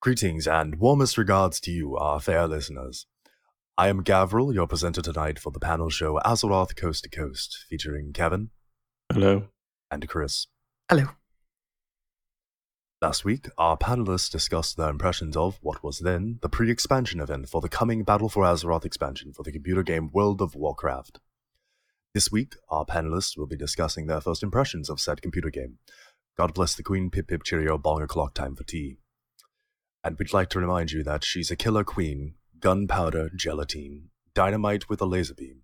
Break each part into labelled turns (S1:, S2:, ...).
S1: Greetings and warmest regards to you, our fair listeners. I am Gavril, your presenter tonight for the panel show Azeroth Coast to Coast, featuring Kevin
S2: Hello.
S1: and Chris.
S3: Hello.
S1: Last week, our panelists discussed their impressions of what was then the pre expansion event for the coming Battle for Azeroth expansion for the computer game World of Warcraft. This week, our panelists will be discussing their first impressions of said computer game. God bless the Queen, pip pip cheerio, bong o'clock time for tea. And we'd like to remind you that she's a killer queen, gunpowder, gelatine, dynamite with a laser beam.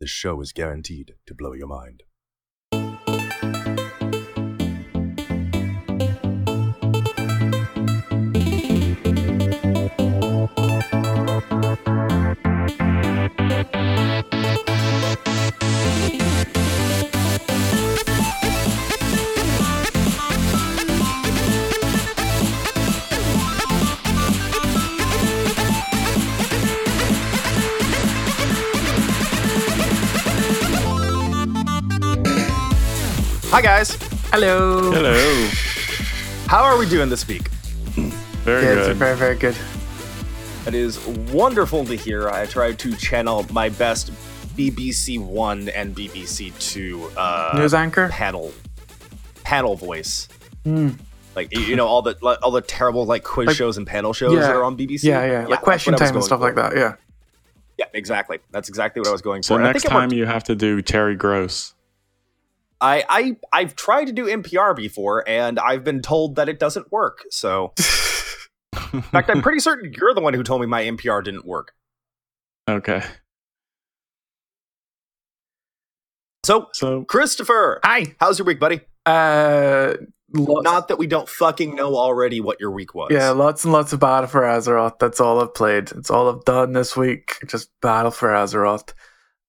S1: This show is guaranteed to blow your mind.
S4: Hi guys,
S3: Hello.
S2: Hello.
S4: how are we doing this week?
S2: Very
S3: Good.
S2: good.
S3: Very, very good.
S4: It is wonderful to hear. I tried to channel my best BBC One and BBC Two uh,
S3: News anchor.
S4: panel panel voice,
S3: Hmm.
S4: like you you know all the like, all the terrible like quiz
S3: Like-
S4: shows and panel shows
S3: yeah.
S4: that are on BBC.
S3: Yeah, yeah. Like
S4: that's
S3: question
S4: what I
S3: time
S4: was
S3: and
S4: going
S3: stuff like
S4: for.
S3: that. Yeah.
S4: Yeah, exactly. That's exactly what I was going
S2: So
S4: for.
S2: next
S4: I think it worked.
S2: time you have to do Terry Gross.
S4: I, I I've tried to do NPR before, and I've been told that it doesn't work. So, in fact, I'm pretty certain you're the one who told me my NPR didn't work.
S2: Okay.
S4: So,
S2: So
S4: Christopher,
S3: Hi.
S4: how's your week, buddy?
S3: Uh, lots,
S4: Not that we don't fucking know already what your week was.
S3: yeah, lots and lots of Battle for Azeroth. That's all I've played. It's all I've done this week. Just Battle for Azeroth.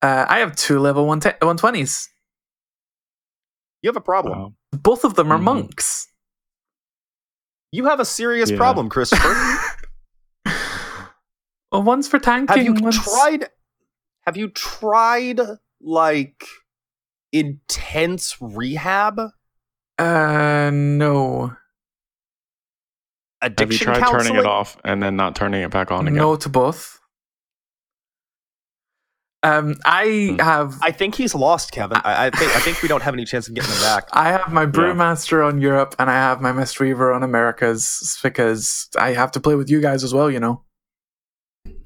S3: Uh, I have two level one te- 120s.
S4: you have a problem.
S2: wow.
S3: Both of them are
S4: Mm-hmm.
S2: Mhm.
S3: monks.
S4: You have a serious
S2: Yeah.
S4: problem, Christopher.
S3: Well, one's for tanking.
S4: have you
S3: one's...
S4: tried? Have you tried like intense rehab,
S3: Uh, no.
S2: Have you
S4: addiction
S2: tried
S4: counseling?
S2: turning it off and then not turning it back on again?
S3: No to both. Um, I
S2: Hmm.
S3: have
S4: I think he's lost, Kevin. I, I think I think we don't have any chance of getting him back.
S3: I have my Brewmaster on Europe and I have my Mistweaver on Americas because I have to play with you guys as well, you know.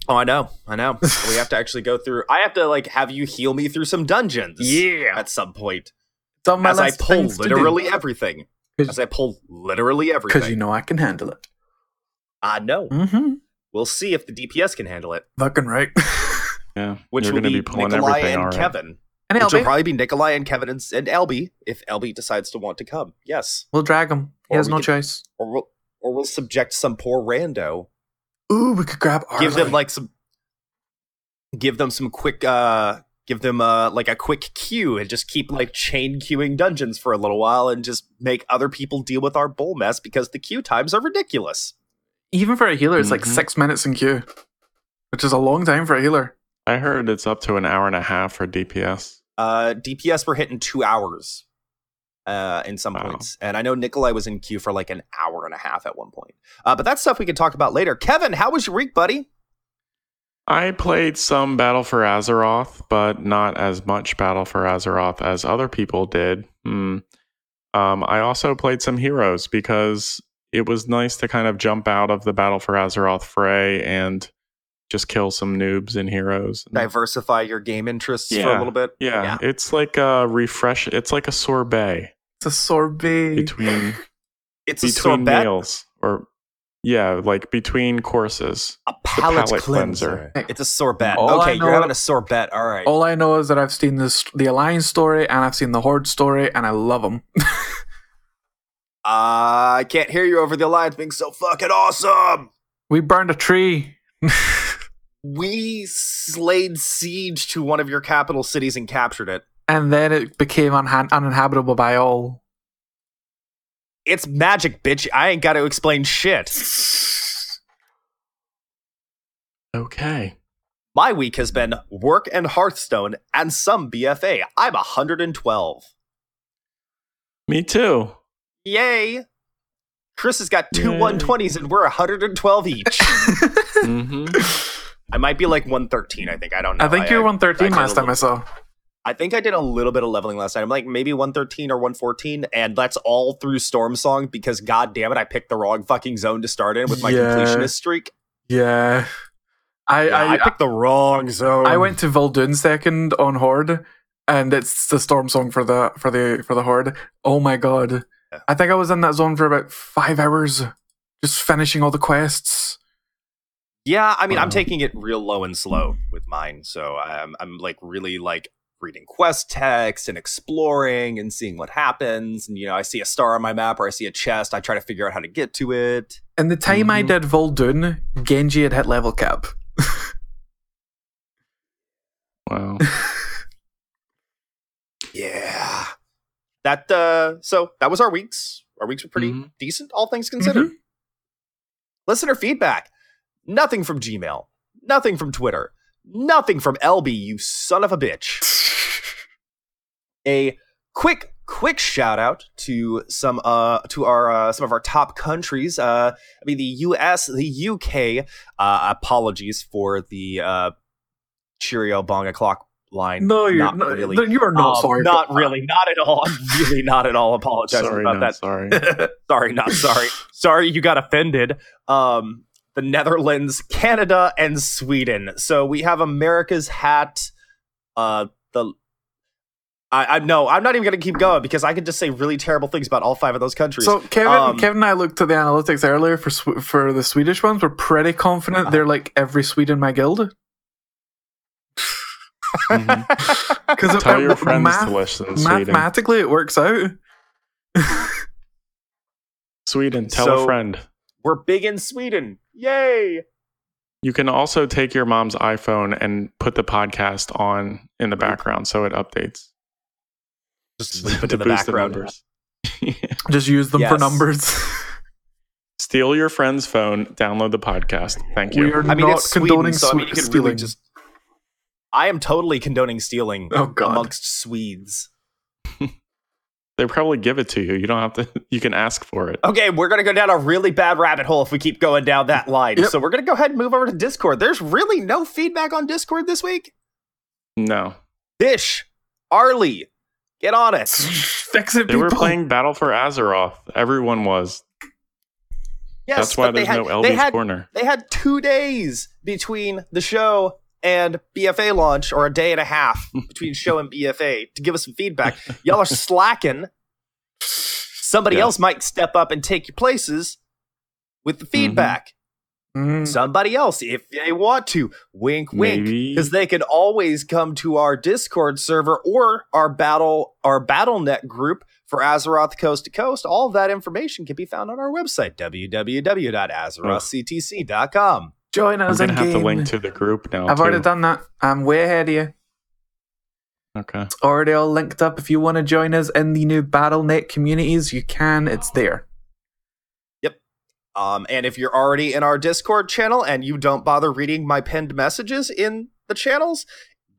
S4: Oh, I know, I know. we have to actually go through. I have to like have you heal me through some dungeons.
S3: Yeah.
S4: At some point,
S3: It's on my
S4: as I
S3: list of
S4: pull
S3: things to do,
S4: literally everything,
S3: 'Cause-
S4: as I pull literally everything,
S3: Because you know I can handle it.
S4: I know.
S3: Mm-hmm.
S4: We'll see if the DPS can handle it,
S3: Fucking right.
S2: Yeah.
S4: which
S2: You're
S4: will
S2: gonna
S4: be,
S2: be pulling
S4: Nikolai
S2: everything
S4: and
S2: alright.
S4: Kevin.
S3: and
S4: Which will
S3: LB,
S4: probably be Nikolai and Kevin and, and Elby if Elby decides to want to come. Yes,
S3: we'll drag him. He
S4: Or
S3: has
S4: we
S3: no
S4: could-
S3: choice.
S4: or we'll or we'll subject some poor rando.
S3: Ooh, we could grab Arlo.
S4: Give them like some. Give them some quick. uh Give them uh like a quick queue and just keep like chain queuing dungeons for a little while and just make other people deal with our bull mess because the queue times are ridiculous.
S3: Even for a healer, it's like
S4: Mm-hmm.
S2: Mhm.
S3: six minutes in queue, which is a long time for a healer.
S2: I heard it's up to an hour and a half for DPS.
S4: Uh, DPS were hitting two hours uh, in some
S2: Wow.
S4: points. And I know Nikolai was in queue for like an hour and a half at one point. Uh, but that's stuff we can talk about later. Kevin, how was your week, buddy?
S2: I played some Battle for Azeroth, but not as much Battle for Azeroth as other people did. Hmm. Um, I also played some heroes because it was nice to kind of jump out of the Battle for Azeroth fray and just kill some noobs and heroes.
S4: Diversify your game interests for a
S2: Mm. Yeah.
S4: little bit.
S2: yeah,
S4: Yeah.
S2: it's like a refresh. It's like a sorbet
S3: It's a sorbet.
S2: between
S4: It's a
S2: between
S4: sorbet,
S2: meals, or yeah, like between courses.
S4: a palate,
S2: palate
S4: cleanser.
S2: cleanser.
S4: It's a sorbet.
S3: All I
S4: okay,
S3: know-
S4: you're having a sorbet. All right.
S3: All I know is that I've seen this, the Alliance story and I've seen the Horde story and I love them.
S4: Uh, I can't hear you over the alliance being so fucking awesome.
S3: we burned a tree.
S4: We slayed siege to one of your capital cities and captured it.
S3: and then it became unha- uninhabitable by all.
S4: It's magic, bitch. I ain't got to explain shit.
S2: Okay.
S4: My week has been work and Hearthstone and some BFA. I'm 112.
S2: Me too.
S4: Yay! Chris has got two
S2: Yay.
S4: 120s and we're 112 each.
S2: hmm
S4: I might be like 113, I think. I don't know.
S3: I think you were
S4: I,
S3: 113
S4: I
S3: last
S4: did a
S3: time I saw.
S4: I think I did a little bit of leveling last night. I'm like maybe 113 or 114, and that's all through Storm Song because god damn it, I picked the wrong fucking zone to start in with my
S3: Yeah.
S4: completionist streak.
S3: Yeah. I,
S4: Yeah, I,
S3: I, um
S4: picked the wrong zone.
S3: I went to Vol'dun second on Horde, and it's the storm song for the for the for the Horde. Oh my god!
S4: Yeah.
S3: I think I was in that zone for about five hours, just finishing all the quests.
S4: Yeah, I mean, I'm
S3: Uh-huh.
S2: Wow.
S4: taking it real low and slow with mine, so I'm I'm like really like reading quest text and exploring and seeing what happens. And you know, I see a star on my map or I see a chest, I try to figure out how to get to it.
S3: And the time I
S2: Mhm.
S3: did Vol'dun, Genji had hit level cap.
S2: Wow.
S4: Yeah, that. uh So that was our weeks. Our weeks were pretty
S3: Mm-hmm.
S2: Mhm.
S4: decent, all things considered. Listener feedback. Nothing from Gmail. Nothing from Twitter. Nothing from LB, you son of a bitch. a quick, quick shout out to some uh to our uh, some of our top countries. Uh I mean the US, the UK. Uh apologies for the uh Cheerio Bonga clock line.
S3: No, you're
S4: Not
S3: not
S4: really.
S3: no, you are not
S4: Um,
S3: sorry. Uh,
S4: Not really, not at all. really not at all. Apologize
S2: sorry,
S4: about
S2: not
S4: that
S2: sorry.
S4: sorry, not sorry. sorry, you got offended. Um, the Netherlands, Canada, and Sweden. So we have America's hat. Uh, the I, I no, I'm not even gonna keep going because I could just say really terrible things about all five of those countries.
S3: So Kevin,
S4: Um,
S3: Kevin and I looked at the analytics earlier for Sw- for the Swedish ones. We're pretty confident they're like every Swede in my guild.
S2: Mhm.
S3: Because
S2: Tell your friends to listen. Sweden.
S3: uh, mathematically, it works out.
S2: Sweden, tell
S4: So-
S2: a friend.
S4: We're big in Sweden. Yay!
S2: You can also take your mom's iPhone and put the podcast on in the background so it updates.
S4: Just leap into the
S2: boost
S4: background.
S2: numbers.
S3: Just use them for
S4: Yes.
S3: numbers.
S2: Steal your friend's phone, download the podcast. Thank you.
S3: we are
S4: I mean,
S3: not
S4: it's
S3: condoning
S4: Sweden, so I mean, you
S3: swe-
S4: could
S3: stealing.
S4: really just. I am totally condoning stealing
S3: oh god.
S4: amongst Swedes.
S2: They probably give it to you. You don't have to you can ask for it.
S4: Okay, we're gonna go down a really bad rabbit hole if we keep going down that line.
S3: Yep.
S4: So we're gonna go ahead and move over to Discord. There's really no feedback on Discord this week.
S2: No.
S4: Dish, Arlie, get on it.
S3: Fix it,
S2: They
S3: people.
S2: were playing Battle for Azeroth. Everyone was.
S4: Yes,
S2: That's why
S4: but they
S2: there's
S4: had,
S2: no
S4: They
S2: LB's
S4: had
S2: corner.
S4: they had two days between the show and BFA launch, or a day and a half between show and BFA to give us some feedback. Y'all are slacking. Somebody
S2: Yeah.
S4: else might step up and take your places with the
S2: Mm-hmm.
S4: feedback.
S3: Mm.
S4: somebody else if they want to. Wink, wink.
S2: Maybe.
S4: Because they can always come to our Discord server or our battle our BattleNet group for Azeroth Coast to Coast. All of that information can be found on our website www.azerothctc.com.
S3: Join
S2: I'm
S3: us
S2: gonna
S3: in
S2: have
S3: game.
S2: to link to the group now.
S3: I've already
S2: too.
S3: done that. I'm way ahead of you.
S2: Okay.
S3: It's already all linked up. If you want to join us in the new BattleNet communities, you can. It's there.
S4: Um, and if you're already in our Discord channel and you don't bother reading my pinned messages in the channels,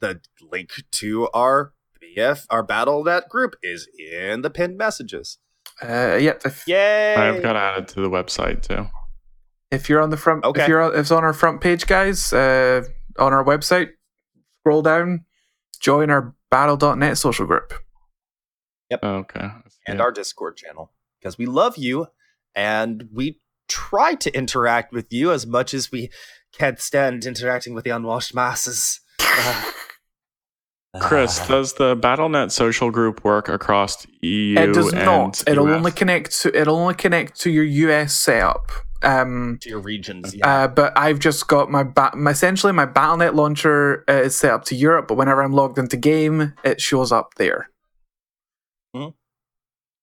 S4: the link to our BF our BattleNet group is in the pinned messages.
S3: Uh, yep. If,
S4: Yay!
S2: I've got added to the website too.
S3: if you're on the front,
S4: Okay.
S3: if you're on, if it's on our front page, guys, uh, on our website, scroll down, join our Battle.net social group.
S2: Oh, Okay.
S4: and
S2: Yeah.
S4: our Discord channel because we love you and we try to interact with you as much as we can't stand interacting with the unwashed masses. Uh,
S2: Chris,
S4: uh,
S2: does the BattleNet social group work across EU?
S3: it does
S2: and
S3: not. It'll
S2: US?
S3: only connect to it'll only connect to your US setup. Um,
S4: to your regions, yeah.
S3: uh, but I've just got my, ba- my essentially my BattleNet launcher uh, is set up to Europe, but whenever I'm logged into game, it shows up there.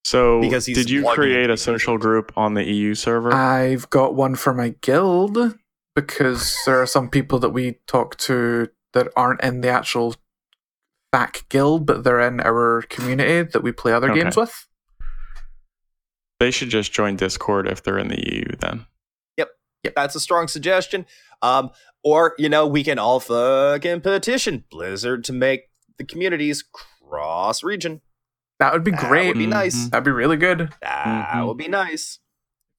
S2: So,
S4: Because he's
S2: did you
S4: logging
S2: create
S4: into
S2: a social group on the EU server?
S3: I've got one for my guild because there are some people that we talk to that aren't in the actual back guild, but they're in our community that we play other
S2: Okay.
S3: games with.
S2: they should just join Discord if they're in the EU. Then
S4: That's a strong suggestion. Um, or you know, we can all fucking petition Blizzard to make the communities cross region.
S3: That would be
S4: That
S3: great.
S4: would be nice.
S2: Mhm.
S3: That'd be really good.
S4: That
S2: Mhm.
S4: would be nice.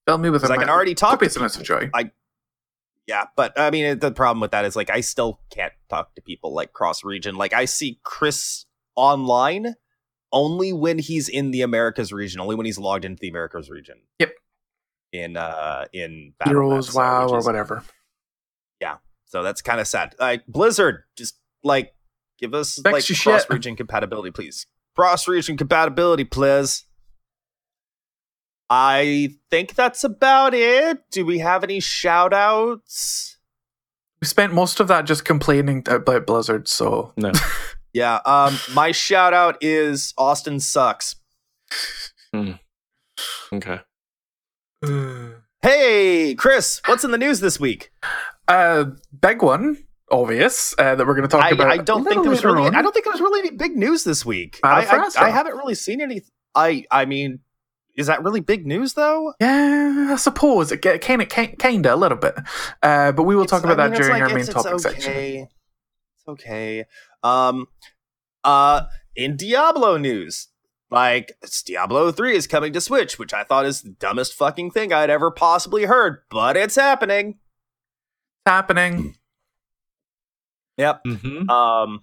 S3: Tell me with
S4: Because I can already talk
S3: Copy
S4: to
S3: SMS of joy.
S4: Yeah, but I mean, it- the problem with that is like I still can't talk to people like cross region. Like I see Chris online only when he's in the Americas region, only when he's logged into the Americas region.
S3: Yep.
S4: In uh in
S3: Heroes,
S4: Battle Pass,
S3: WoW,
S4: which
S3: or
S4: is-
S3: whatever.
S4: So that's kind of sad. Like Blizzard, just like give us
S3: Fix your
S4: like
S3: shit.
S4: cross region compatibility, please. Cross region compatibility, please. I think that's about it. Do we have any shout outs?
S3: We spent most of that just complaining about Blizzard, so
S2: No.
S4: Yeah. Um, my shout out is Austin sucks.
S2: Okay.
S4: Hey, Chris, what's in the news this week?
S3: uh big one, obvious, uh, that we're gonna talk
S4: I,
S3: about.
S4: I don't
S3: a little
S4: think there was
S3: later
S4: really.
S3: on.
S4: I don't think there was really any big news this week.
S3: Not
S4: I,
S3: a
S4: I,
S3: fast
S4: I
S3: one.
S4: haven't really seen any. I I mean, is that really big news though?
S3: Yeah, I suppose it kind of, kind of, a little bit. Uh, but we will talk
S4: It's-
S3: about
S4: I mean,
S3: that
S4: it's
S3: during
S4: like-
S3: our main
S4: it's-
S3: topic
S4: it's
S3: section.
S4: okay. It's okay. Um, uh, in Diablo news, like it's Diablo three is coming to Switch, which I thought is the dumbest fucking thing I'd ever possibly heard, but it's happening.
S3: It's happening.
S4: Yep.
S2: Mm-hmm.
S4: Um,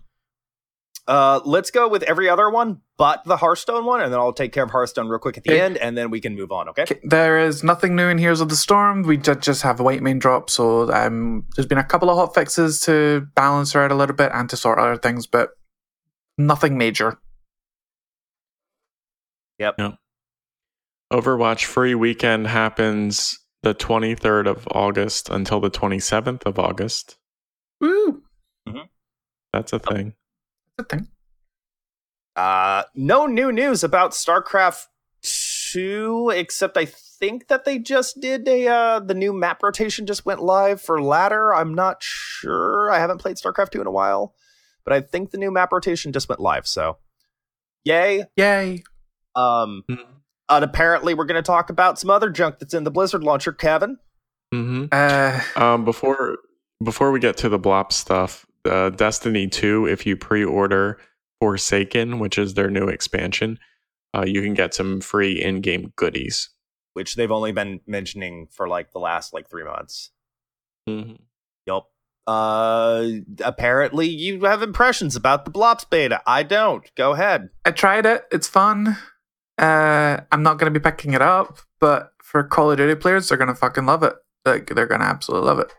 S4: uh, let's go with every other one but the Hearthstone one, and then I'll take care of Hearthstone real quick at the
S3: Okay.
S4: end, and then we can move on. Okay.
S3: K- There is nothing new in Heroes of the Storm. We did just have a white main drop, so um, there's been a couple of hot fixes to balance her out a little bit and to sort other things, but nothing major.
S2: Overwatch free weekend happens the 23rd of August until the 27th of August.
S3: Woo!
S2: That's
S3: Oh.
S2: a thing.
S3: Good thing.
S4: Uh, no new news about StarCraft two, except I think that they just did a uh, the new map rotation just went live for ladder. I'm not sure. I haven't played StarCraft two in a while, but I think the new map rotation just went live. So, yay!
S3: Yay!
S4: Um,
S3: Mm-hmm.
S4: and apparently we're going to talk about some other junk that's in the Blizzard launcher, Kevin.
S2: Mm-hmm.
S3: Uh,
S2: Um, before before we get to the Blop stuff, uh, Destiny Two, if you pre-order Forsaken, which is their new expansion, uh, you can get some free in-game goodies.
S4: which they've only been mentioning for like the last like three months.
S3: Mm-hmm.
S4: Yup. Uh, apparently you have impressions about the Blops beta. I don't. Go ahead.
S3: I tried it. It's fun. Uh, I'm not going to be picking it up, but for Call of Duty players, they're going to fucking love it. Like, they're going to absolutely love it.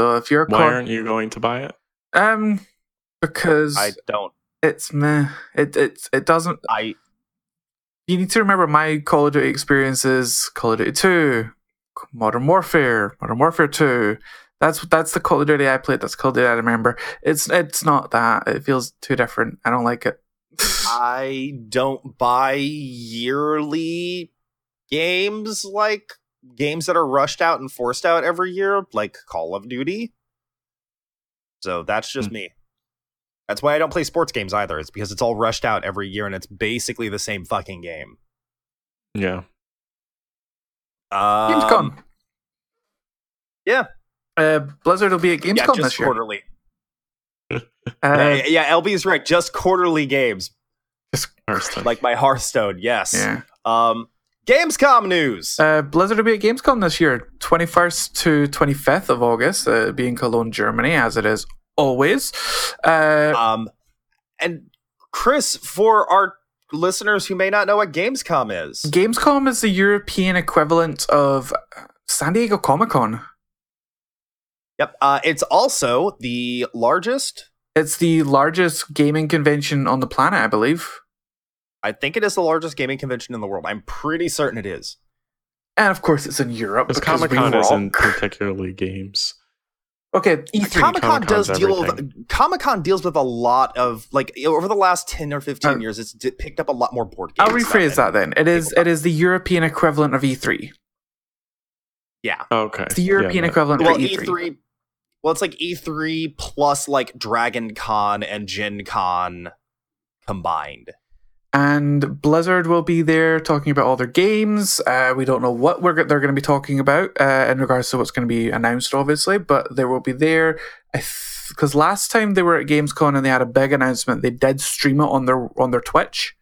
S3: So if you're a
S2: Why
S3: Call-
S2: aren't you going to buy it?
S3: um, because
S4: I don't.
S3: it's meh. It it it doesn't.
S4: I
S3: You need to remember my Call of Duty experiences. Call of Duty Two, Modern Warfare, Modern Warfare Two. That's that's the Call of Duty I played. That's Call of Duty I remember. It's it's not that. It feels too different. I don't like it.
S4: I don't buy yearly games like games that are rushed out and forced out every year, like Call of Duty. So that's just me. That's why I don't play sports games either. It's because it's all rushed out every year and it's basically the same fucking game.
S2: Yeah.
S4: Um,
S3: Gamescom.
S4: yeah.
S3: Uh, Blizzard will be at Gamescom
S4: yeah, just
S3: this year.
S4: quarterly.
S3: Uh,
S4: yeah, yeah, LB's right. Just quarterly games,
S2: Hearthstone.
S4: like my Hearthstone. Yes.
S3: yeah.
S4: Um, Gamescom news.
S3: Uh, Blizzard will be at Gamescom this year, 21st to 25th of August, uh, being Cologne, Germany, as it is always. Uh,
S4: Um, and Chris, for our listeners who may not know what Gamescom is,
S3: Gamescom is the European equivalent of San Diego Comic Con.
S4: yep, uh, it's also the largest.
S3: It's the largest gaming convention on the planet, I believe.
S4: I think it is the largest gaming convention in the world. I'm pretty certain it is.
S3: And of course, it's in Europe.
S2: Because
S3: because we
S2: Comic Con
S3: rock.
S2: isn't particularly games.
S3: Okay, E E3.
S4: Comic Con
S2: Comic-Con's
S4: Uh, does deal
S2: everything.
S4: with Comic Con deals with a lot of like over the last ten or fifteen
S3: Uh,
S4: years, it's d- picked up a lot more board games.
S3: I'll rephrase
S4: than-
S3: that then. It is it is the European equivalent of E3.
S4: Yeah,
S2: Okay.
S3: It's the European
S2: Yeah,
S3: equivalent
S4: well E
S3: of E
S4: E3.
S3: E3.
S4: well it's like E3 plus like Dragon Con and Gen Con combined.
S3: And Blizzard will be there talking about all their games. Uh, we don't know what we're, go- they're going to be talking about uh, in regards to what's going to be announced, obviously, but they will be there. Because last time they were at GamesCon and they had a big announcement, they did stream it on their on their Twitch,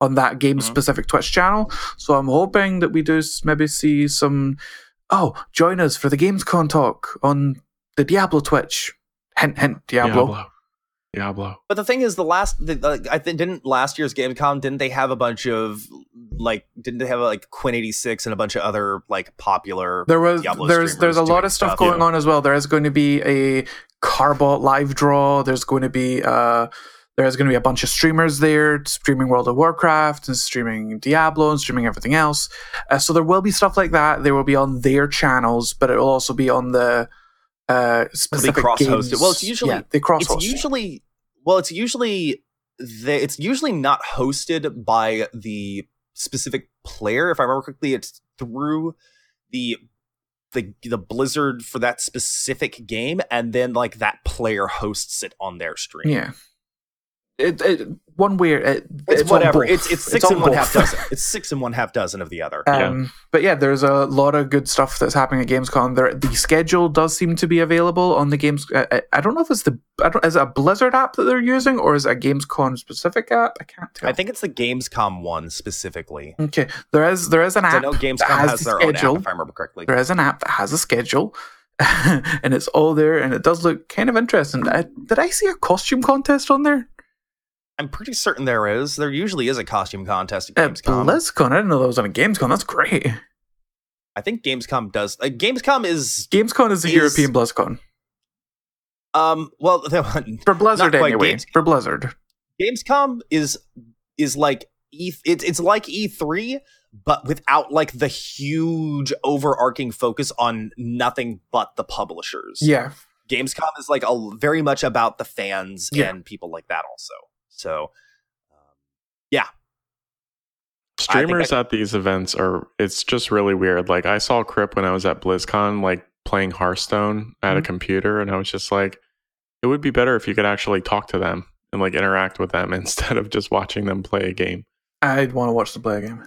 S3: on that game
S2: Mhm.
S3: specific Twitch channel. So I'm hoping that we do s- maybe see some. Oh, join us for the GamesCon talk on the Diablo Twitch. Hint, hint, Diablo.
S2: Diablo.
S4: But the thing is, the last the, uh, I think didn't last year's GameCom didn't they have a bunch of like didn't they have like Quinn eighty six and a bunch of other like popular
S3: There was
S4: Diablo
S3: there's there's
S4: streamers
S3: a lot
S4: doing
S3: of stuff,
S4: stuff,
S3: going on as well. There is going to be a Carbot live draw. There's going to be uh there's going to be a bunch of streamers there streaming World of Warcraft and streaming Diablo and streaming everything else. Uh, so there will be stuff like that. They will be on their channels, but it will also be on the uh specific
S4: cross-hosted.
S3: games.
S4: Well, it's usually-
S3: yeah, they cross
S4: it's
S3: host.
S4: usually well it's usually the, it's usually not hosted by the specific player if i remember correctly it's through the the the blizzard for that specific game and then like that player hosts it on their stream
S3: Yeah. It, it one way it,
S4: it's,
S3: on
S4: whatever
S3: both.
S4: it's it's six
S3: on
S4: and one
S3: both.
S4: half dozen it's six and one half dozen of the other
S2: Yeah.
S3: Um, But yeah, there's a lot of good stuff that's happening at Gamescom. There, the schedule does seem to be available on the games. I, I- I don't know if it's the I don't, is it a Blizzard app that they're using or is it a Gamescom specific app? I can't tell.
S4: i think it's the gamescom one specifically
S3: okay, there is there is an
S4: 'Cause
S3: app.
S4: i know
S3: that
S4: gamescom
S3: has
S4: has,
S3: the
S4: their
S3: schedule.
S4: own app if i remember correctly
S3: There is an app that has a schedule, and it's all there, and it does look kind of interesting. I, did I see a costume contest on there
S4: i'm pretty certain there is there usually is a costume contest at
S3: at
S4: gamescom
S3: Uh, BlizzCon? I didn't know that was on a Gamescom. That's great.
S4: I think Gamescom does. Uh, Gamescom is
S3: Gamescom is the
S4: Is-
S3: European BlizzCon
S4: um well
S3: for Blizzard
S4: quite
S3: anyway.
S4: Games-
S3: For Blizzard,
S4: Gamescom is is like E it's it's like E3 but without like the huge overarching focus on nothing but the publishers.
S3: yeah.
S4: Gamescom is like a very much about the fans
S3: Yeah.
S4: and people like that also. So um, I think
S2: Streamers at these events are it's just really weird. Like I saw Crip when I was at BlizzCon, like playing Hearthstone at a
S4: Mm-hmm.
S3: Mhm.
S2: computer, and I was just like, it would be better if you could actually talk to them and like interact with them instead of just watching them play a game.
S3: I'd want to watch the play game.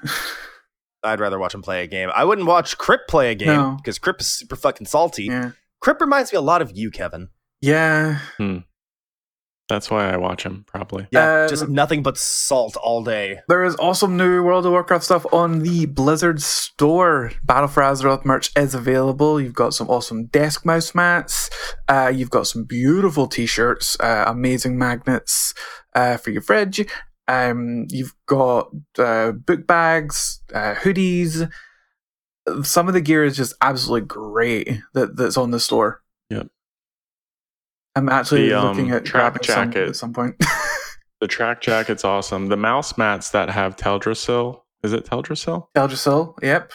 S4: I'd rather watch him play a game. I wouldn't watch Crip play a game
S3: No.
S4: because Crip is super fucking salty.
S3: yeah.
S4: Crip reminds me a lot of you, Kevin.
S3: Yeah.
S2: That's why I watch them probably.
S4: Yeah,
S3: Um,
S4: just nothing but salt all day.
S3: There is also new World of Warcraft stuff on the Blizzard store. Battle for Azeroth merch is available. You've got some awesome desk mouse mats. Uh, you've got some beautiful t-shirts, uh, amazing magnets uh, for your fridge. Um, you've got uh, book bags, uh, hoodies. Some of the gear is just absolutely great that, that's on the store.
S2: Yep.
S3: I'm actually
S2: The, um,
S3: looking at
S2: track
S3: grabbing some
S2: jacket.
S3: at some point.
S2: The track jacket's awesome. The mouse mats that have Teldrassil, is it Teldrassil?
S3: Eldrasil, yep.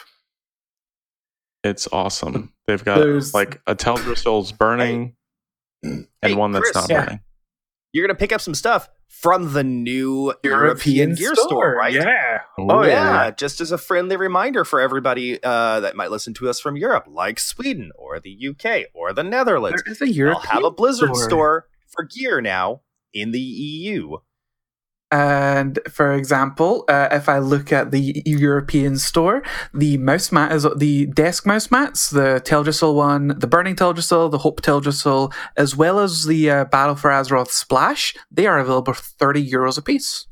S2: It's
S4: Mm.
S2: awesome. They've got
S3: There's-
S2: like a Teldrassil's burning and
S4: Hey,
S2: one that's
S4: Chris.
S2: not
S3: Yeah.
S2: burning.
S4: you're gonna pick up some stuff from the new European, Gear Store, right?
S3: Yeah.
S4: Oh
S3: Ooh.
S4: yeah. just as a friendly reminder for everybody uh, that might listen to us from Europe, like Sweden or the UK or the Netherlands.
S3: There is a
S4: They'll
S3: European
S4: have a Blizzard
S3: store.
S4: store for gear now in the E EU.
S3: And for example, uh, if I look at the E European store, the mouse mat is the desk mouse mats, the Teldrassil one, the Burning Teldrassil, the Hope Teldrassil, as well as the uh, Battle for Azeroth Splash. They are available for 30 euros a piece.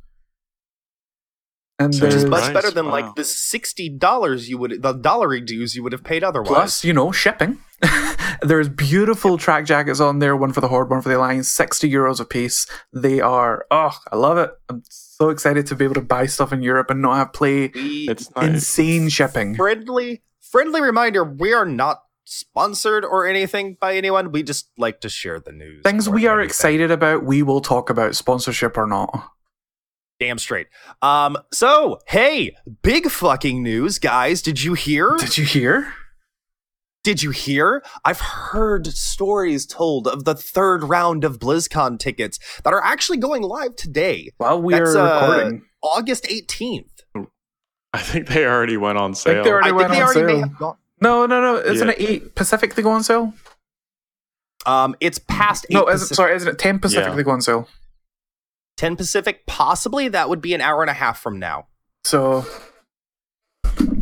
S3: And
S2: So
S4: Which is
S3: there's
S4: much
S2: Nice,
S4: better than
S2: wow.
S4: like the sixty dollars you would the dollary dues you would have paid otherwise.
S3: plus, you know, shipping. there's beautiful track jackets on there, one for the Horde, one for the Alliance, 60 euros a piece. They are, oh, I love it. I'm so excited to be able to buy stuff in Europe and not have play
S4: We-
S2: It's nice.
S3: insane shipping.
S4: friendly friendly reminder, we are not sponsored or anything by anyone. We just like to share the news.
S3: Things
S4: more
S3: we
S4: than
S3: are
S4: anything.
S3: excited about, we will talk about sponsorship or not.
S4: Damn straight. Um, so hey, big fucking news, guys. Did you hear?
S3: Did you hear?
S4: Did you hear? I've heard stories told of the third round of BlizzCon tickets that are actually going live today,
S3: Well, we
S4: That's,
S3: are
S4: uh,
S3: recording.
S4: August 18th.
S2: I think they already went on sale.
S3: they already-
S4: I think
S3: went
S4: they
S3: on
S4: already may
S3: sale.
S4: have gone.
S3: No, no, no. Isn't
S2: Yeah.
S3: it 8 Pacific they go on sale?
S4: Um, it's past 8
S3: No, isn't,
S4: Pacific,
S3: sorry, isn't it 10 Pacific
S2: Yeah.
S3: they go on sale?
S4: 10 Pacific. Possibly that would be an hour and a half from now.
S3: So,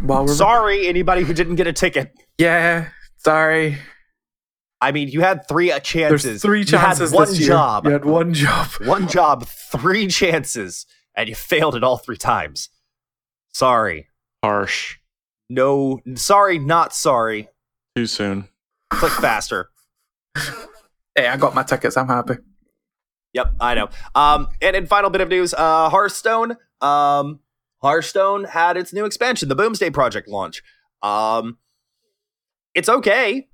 S3: while we're.
S4: Sorry, anybody who didn't get a ticket.
S3: Yeah, sorry.
S4: I mean, you had three uh, chances.
S3: There's three chances
S4: You had one
S3: this year.
S4: job.
S3: You had one job.
S4: One job, three chances, and you failed it all three times. Sorry.
S2: Harsh.
S4: No, sorry, not sorry.
S2: Too soon.
S4: Click faster.
S3: Hey, I got my tickets. I'm happy.
S4: Eh, Yep, I know. Um, and in final bit of news, uh, Hearthstone, um, Hearthstone had its new expansion, the Boomsday Project launch. Um, it's okay.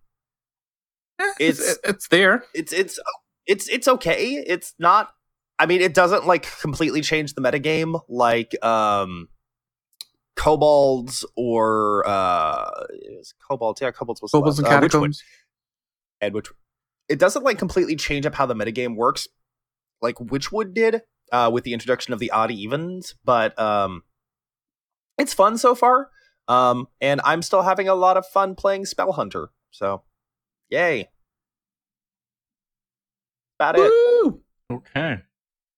S3: Eh,
S4: It's-
S3: it's it's there.
S4: It's it's it's it's okay. It's not. I mean, it doesn't like completely change the metagame like um, Kobolds or uh, is Kobolds. Yeah, Kobolds was the
S3: Kobolds and
S4: last- uh, Witchwood.
S3: catacombs.
S4: and which it doesn't like completely change up how the metagame works like witchwood did uh, with the introduction of the odd evens but um it's fun so far um and i'm still having a lot of fun playing spellhunter so yay about it
S3: Woo!
S2: Okay.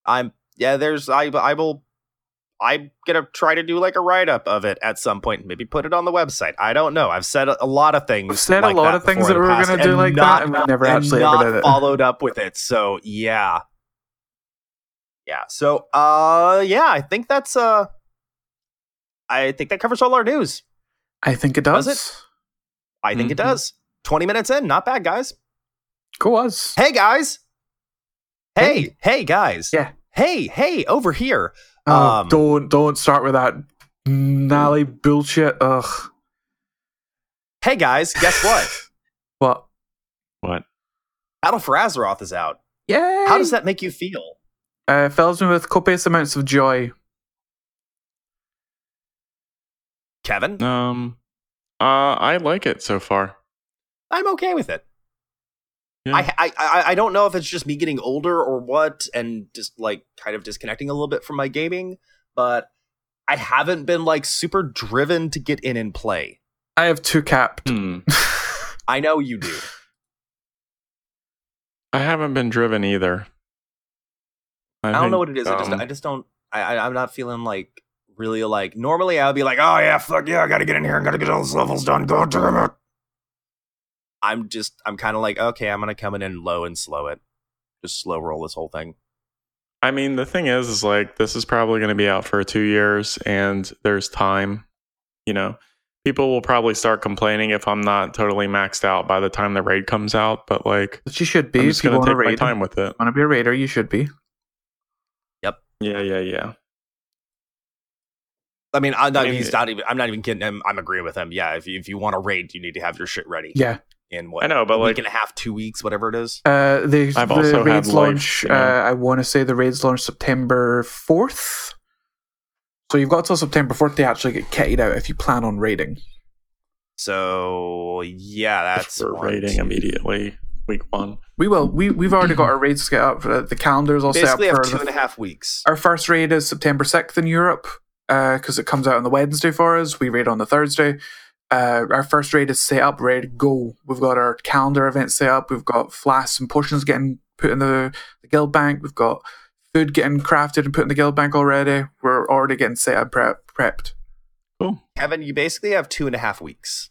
S4: i'm yeah there's i i will i'm gonna try to do like a write-up of it at some point maybe put it on the website i don't know i've said a, a lot of things
S3: We've said
S4: like
S3: a lot of things
S4: before
S3: that
S4: in
S3: we were going
S4: the past,
S3: to do
S4: and
S3: like
S4: not
S3: that, and we never
S4: and
S3: actually
S4: not
S3: ever did it.
S4: followed up with it. So yeah, yeah. So uh, yeah, I think that's uh, I think that covers all our news.
S3: I think it does.
S4: Does I think it
S3: Mm-hmm.
S2: Mhm.
S4: does. Twenty minutes in, not bad, guys.
S3: Go us.
S4: Hey guys, hey, hey, guys,
S3: Yeah.
S4: Hey, hey, over here.
S3: Oh,
S4: Um,
S3: don't don't start with that gnarly bullshit. Ugh.
S4: Hey guys, guess what?
S3: What?
S2: What?
S4: Battle for Azeroth is out.
S3: Yeah.
S4: How does that make you feel?
S3: Uh, fills me with copious amounts of joy.
S4: Kevin,
S2: Um. Uh, I like it so far.
S4: I'm okay with it.
S2: Yeah.
S4: I, I I I don't know if it's just me getting older or what, and just like kind of disconnecting a little bit from my gaming, but I haven't been like super driven to get in and play.
S3: I have two capped.
S2: Hmm.
S4: I know you do.
S2: I haven't been driven either.
S4: I don't
S2: think,
S4: know what it is. I just
S2: um,
S4: I just don't. I, I I'm not feeling like really like normally I would be like, oh yeah, fuck yeah, I gotta get in here and gotta get all these levels done. God damn it. I'm just I'm kind of like okay, I'm gonna come in and low and slow it, just slow roll this whole thing.
S2: I mean, the thing is, is like this is probably going to be out for two years, and there's time. You know, people will probably start complaining if I'm not totally maxed out by the time the raid comes out. But like,
S3: But you should be.
S2: I'm
S3: If
S2: just
S3: you
S2: going
S3: want
S2: to
S3: to
S2: take my
S3: raid,
S2: time with it.
S3: want to be a raider, you should be.
S2: Yeah, yeah, yeah.
S4: I mean, I'm
S2: I
S4: not,
S2: mean,
S4: he's not even. I'm not even kidding him. I'm agreeing with him. Yeah, if you, if you want to raid, you need to have your shit ready.
S3: Yeah.
S4: in what
S2: I know, but
S4: a week
S2: like-
S4: and a half, two weeks, whatever it is.
S3: Uh, the
S2: I've
S3: the
S2: also had
S3: raids
S2: life,
S3: launch.
S2: you know.
S3: uh, I want to say the raids launch September fourth. So you've got till September fourth to actually get kitted out if you plan on raiding.
S4: So yeah, that's
S2: we're
S4: one,
S2: raiding
S4: two-
S2: immediately week one.
S3: We will. We we've already got our raids set up. uh, The calendars all set up
S4: Basically,
S3: for the
S4: have two and a half weeks.
S3: Our first raid is September 6th in Europe because it comes out on the Wednesday for us. We raid on the Thursday. Uh, our first raid is set up, ready to go. We've got our calendar event set up. We've got flasks and potions getting put in the, the guild bank. We've got food getting crafted and put in the guild bank already. We're already getting set up, prep, prepped.
S2: Cool.
S4: Kevin, you basically have two and a half weeks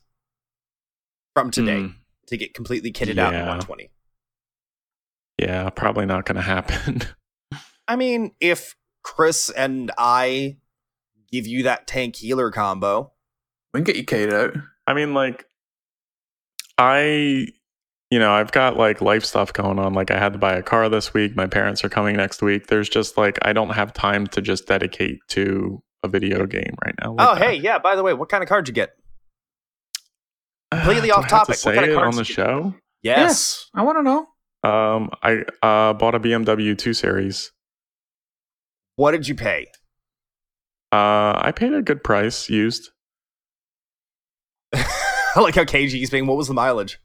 S4: from today
S2: Hmm.
S4: to get completely kitted out in
S2: Yeah.
S4: 120.
S2: Yeah, probably not going to happen.
S4: I mean, if Chris and I give you that tank healer combo,
S3: We can get you kitted out.
S2: I mean, like, I, you know, I've got like life stuff going on. Like, I had to buy a car this week. My parents are coming next week. There's just like, I don't have time to just dedicate to a video game right now. like
S4: oh
S2: that.
S4: hey, yeah. By the way, what kind of card you get?
S2: Ah,
S4: completely
S2: do
S4: off
S2: I have to
S4: topic. What
S2: say
S4: kind of
S2: it on
S4: cards
S2: the
S4: do you-
S2: show?
S3: Yes, I want to know.
S2: Um, I uh, bought a BMW 2 Series.
S4: What did you pay?
S2: Uh, I paid a good price used.
S4: I like how KG is being. What was the mileage?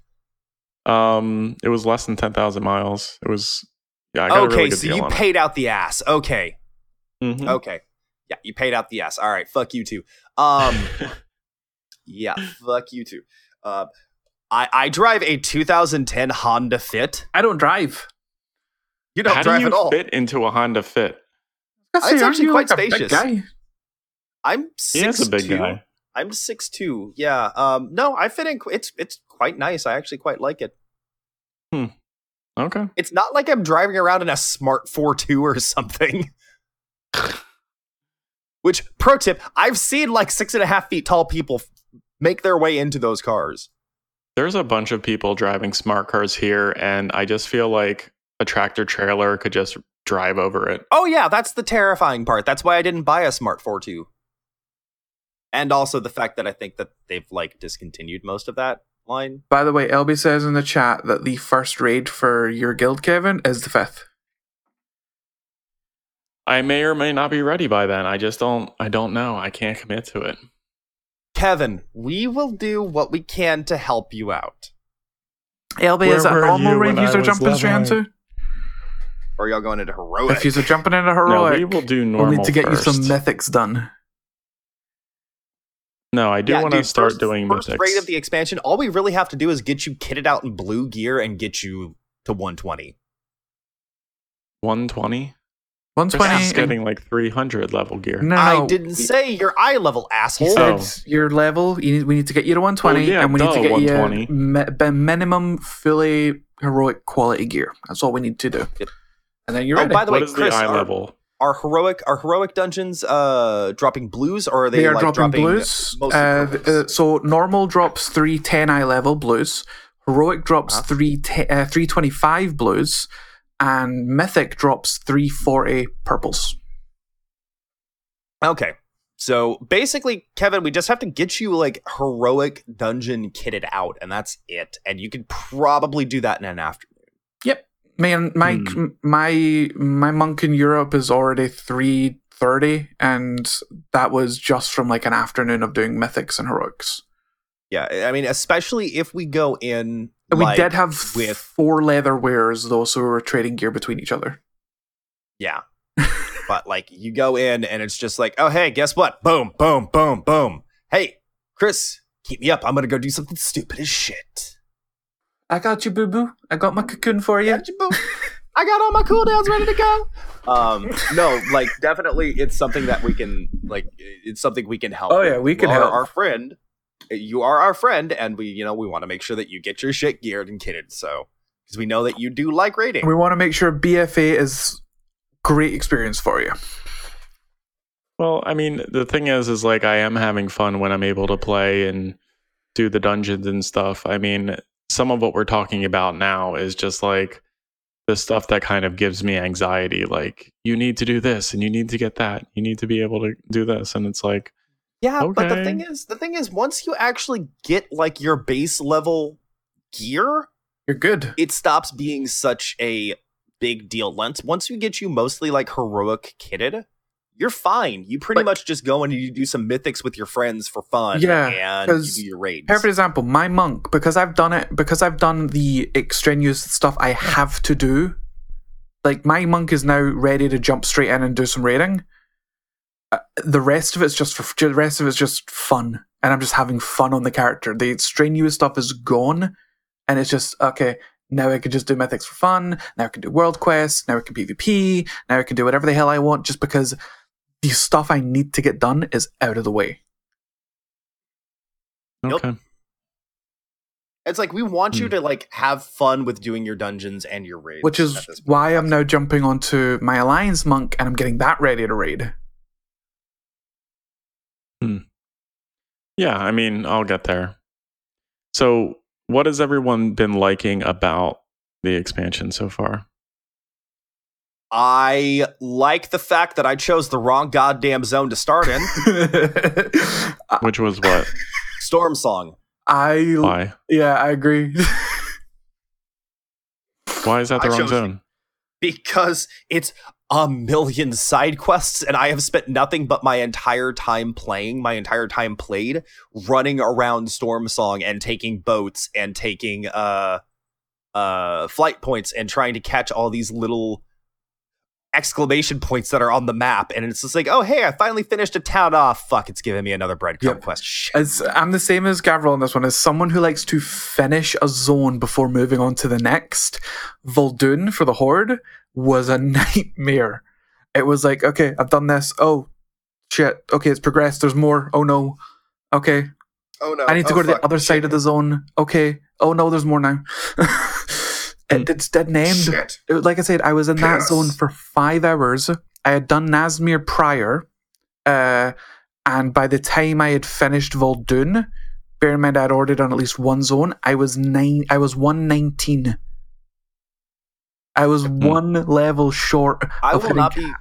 S2: Um, it was less than 10,000 miles. It was, yeah, I got
S4: okay,
S2: a really good
S4: so
S2: deal
S4: you
S2: on it.
S4: paid out the ass. Okay,
S2: Mhm.
S4: okay, yeah, you paid out the ass. All right, fuck you too. Um, yeah, fuck you too. Uh, I I drive a 2010 Honda Fit.
S3: I don't drive.
S4: You don't
S2: How
S4: drive
S2: do you
S4: at all.
S2: fit into a Honda Fit?
S3: That's
S4: It's actually quite spacious.
S3: guy?
S4: I'm
S2: He
S4: six
S2: is a big
S4: two.
S2: guy.
S4: I'm six two. Yeah. Um. No, I fit in. qu- It's it's quite nice. I actually quite like it.
S2: Okay.
S4: It's not like I'm driving around in a smart four two or something. Which pro tip, I've seen like six and a half feet tall people f- make their way into those cars.
S2: There's a bunch of people driving smart cars here, and I just feel like a tractor trailer could just drive over it.
S4: Oh yeah, that's the terrifying part. That's why I didn't buy a Smart 42. And also the fact that I think that they've like discontinued most of that line.
S3: By the way, LB says in the chat that the first raid for your guild, Kevin, is the fifth.
S2: I may or may not be ready by then. I just don't. I don't know. I can't commit to it.
S4: Kevin, we will do what we can to help you out.
S3: LB,
S2: Where
S3: is that
S2: were
S3: normal
S2: you
S3: raid
S2: when I
S3: user
S2: was
S3: jumping straight
S2: leveling?
S3: into?
S4: Or y'all going into heroic?
S3: If you're jumping into
S2: Oh, No,
S3: heroic,
S2: we will do
S3: we'll
S2: normal.
S3: need to get you some
S2: first.
S3: mythics done.
S2: No, I do
S4: Yeah,
S2: want to
S4: dude,
S2: start
S4: first-
S2: doing
S4: first
S2: mythics.
S4: rate of the expansion. All we really have to do is get you kitted out in blue gear and get you to 120.
S2: 120. Chris is
S3: 120. and-
S2: getting like 300 level gear.
S3: no,
S4: I
S3: no,
S4: didn't say your eye level,
S3: He
S4: asshole.
S2: Oh.
S3: said your level. You need, we need to get you to 120,
S2: Oh, yeah,
S3: and we need to
S2: duh,
S3: get you
S2: 120.
S3: mi- bi- minimum fully heroic quality gear. That's all we need to do.
S4: Yep.
S3: And then you're
S4: Oh,
S3: ready.
S4: by the
S2: What
S4: way,
S2: is
S4: Chris,
S2: the eye
S4: are-
S2: level?
S4: Are heroic are heroic dungeons uh dropping blues or are they,
S3: they are
S4: like
S3: dropping, blues.
S4: mostly
S3: Uh,
S4: purples?
S3: uh, so normal drops 310 eye level blues. Heroic drops
S4: Huh?
S3: 310 uh, 325 blues. And mythic drops 340 purples. uh,
S4: Okay. So basically, Kevin, we just have to get you like heroic dungeon kitted out, and that's it. And you can probably do that in an afternoon.
S3: Man, my
S2: Hmm.
S3: my my monk in Europe is already three thirty, and that was just from like an afternoon of doing mythics and heroics.
S4: Yeah, I mean, especially if we go in.
S3: And
S4: like,
S3: we did have
S4: with-
S3: four leather wares though, so we were trading gear between each other.
S4: Yeah. but like you go in and it's just like, oh hey, guess what? Boom, boom, boom, boom. Hey, Chris, keep me up. I'm gonna go do something stupid as shit.
S3: I got you, boo boo. I got my cocoon for you.
S4: Got you, boo. I got all my cooldowns ready to go. Um, no, like definitely, it's something that we can like. It's something we can help.
S3: Oh,
S4: with.
S3: yeah, we
S4: You
S3: can
S4: are
S3: help.
S4: Our friend, you are our friend, and we, you know, we want to make sure that you get your shit geared and kitted. So, because we know that you do like rating.
S3: We want to make sure BFA is great experience for you.
S2: Well, I mean, the thing is, is like I am having fun when I'm able to play and do the dungeons and stuff. I mean, some of what we're talking about now is just like the stuff that kind of gives me anxiety. Like, you need to do this and you need to get that. You need to be able to do this. And it's like,
S4: Yeah, but the
S2: Okay.
S4: thing is, the thing is, once you actually get like your base level gear,
S3: You're good.
S4: it stops being such a big deal. Once once you get you mostly like heroic kitted, you're fine. You pretty
S3: But-
S4: much just go and you do some mythics with your friends for fun.
S3: Yeah,
S4: and you
S3: 'cause
S4: do your raids.
S3: Perfect example, my monk, because I've done it, because I've done the extraneous stuff I have to do. Like my monk is now ready to jump straight in and do some raiding. Uh, the rest of it's just for the rest of it's just fun, and I'm just having fun on the character. The strenuous stuff is gone, and it's just okay. Now I can just do mythics for fun. Now I can do world quests. Now I can PvP. Now I can do whatever the hell I want, just because the stuff I need to get done is out of the way.
S4: Yep.
S2: okay.
S4: It's like we want you
S2: Hmm.
S4: to like have fun with doing your dungeons and your raids,
S3: which
S4: at this
S3: is
S4: point.
S3: why I'm now jumping onto my alliance monk and I'm getting that ready to raid.
S2: Yeah, I mean, I'll get there. So, what has everyone been liking about the expansion so far?
S4: I like the fact that I chose the wrong goddamn zone to start in.
S2: Which was what?
S4: Storm Song.
S3: I
S2: Why?
S3: yeah, I agree.
S2: Why is that the
S4: I
S2: wrong
S4: chose-
S2: zone?
S4: because it's a million side quests and I have spent nothing but my entire time playing, my entire time played, running around Storm Song and taking boats and taking uh uh flight points and trying to catch all these little exclamation points that are on the map and it's just like, oh hey, I finally finished a town off. Fuck, it's giving me another breadcrumb
S3: Yep.
S4: quest. Shit.
S3: As I'm the same as Gavril on this one, as someone who likes to finish a zone before moving on to the next, Vol'dun for the Horde was a nightmare. It was like, okay, I've done this. Oh shit. Okay, it's progressed. There's more. Oh no. Okay.
S4: Oh no.
S3: I need to go to the other side of the zone. Okay. Oh no, there's more now.
S4: Hmm.
S3: it, it didn't end. It- like I said, I was in that
S4: Piss.
S3: zone for five hours. I had done Nazmir prior, Uh, and by the time I had finished Voldoon, bear in mind I'd ordered on at least one zone, I was nine. I was one nineteen. I was one level short.
S4: Mm-hmm. I
S3: of
S4: will
S3: hitting
S4: not be.
S3: cap.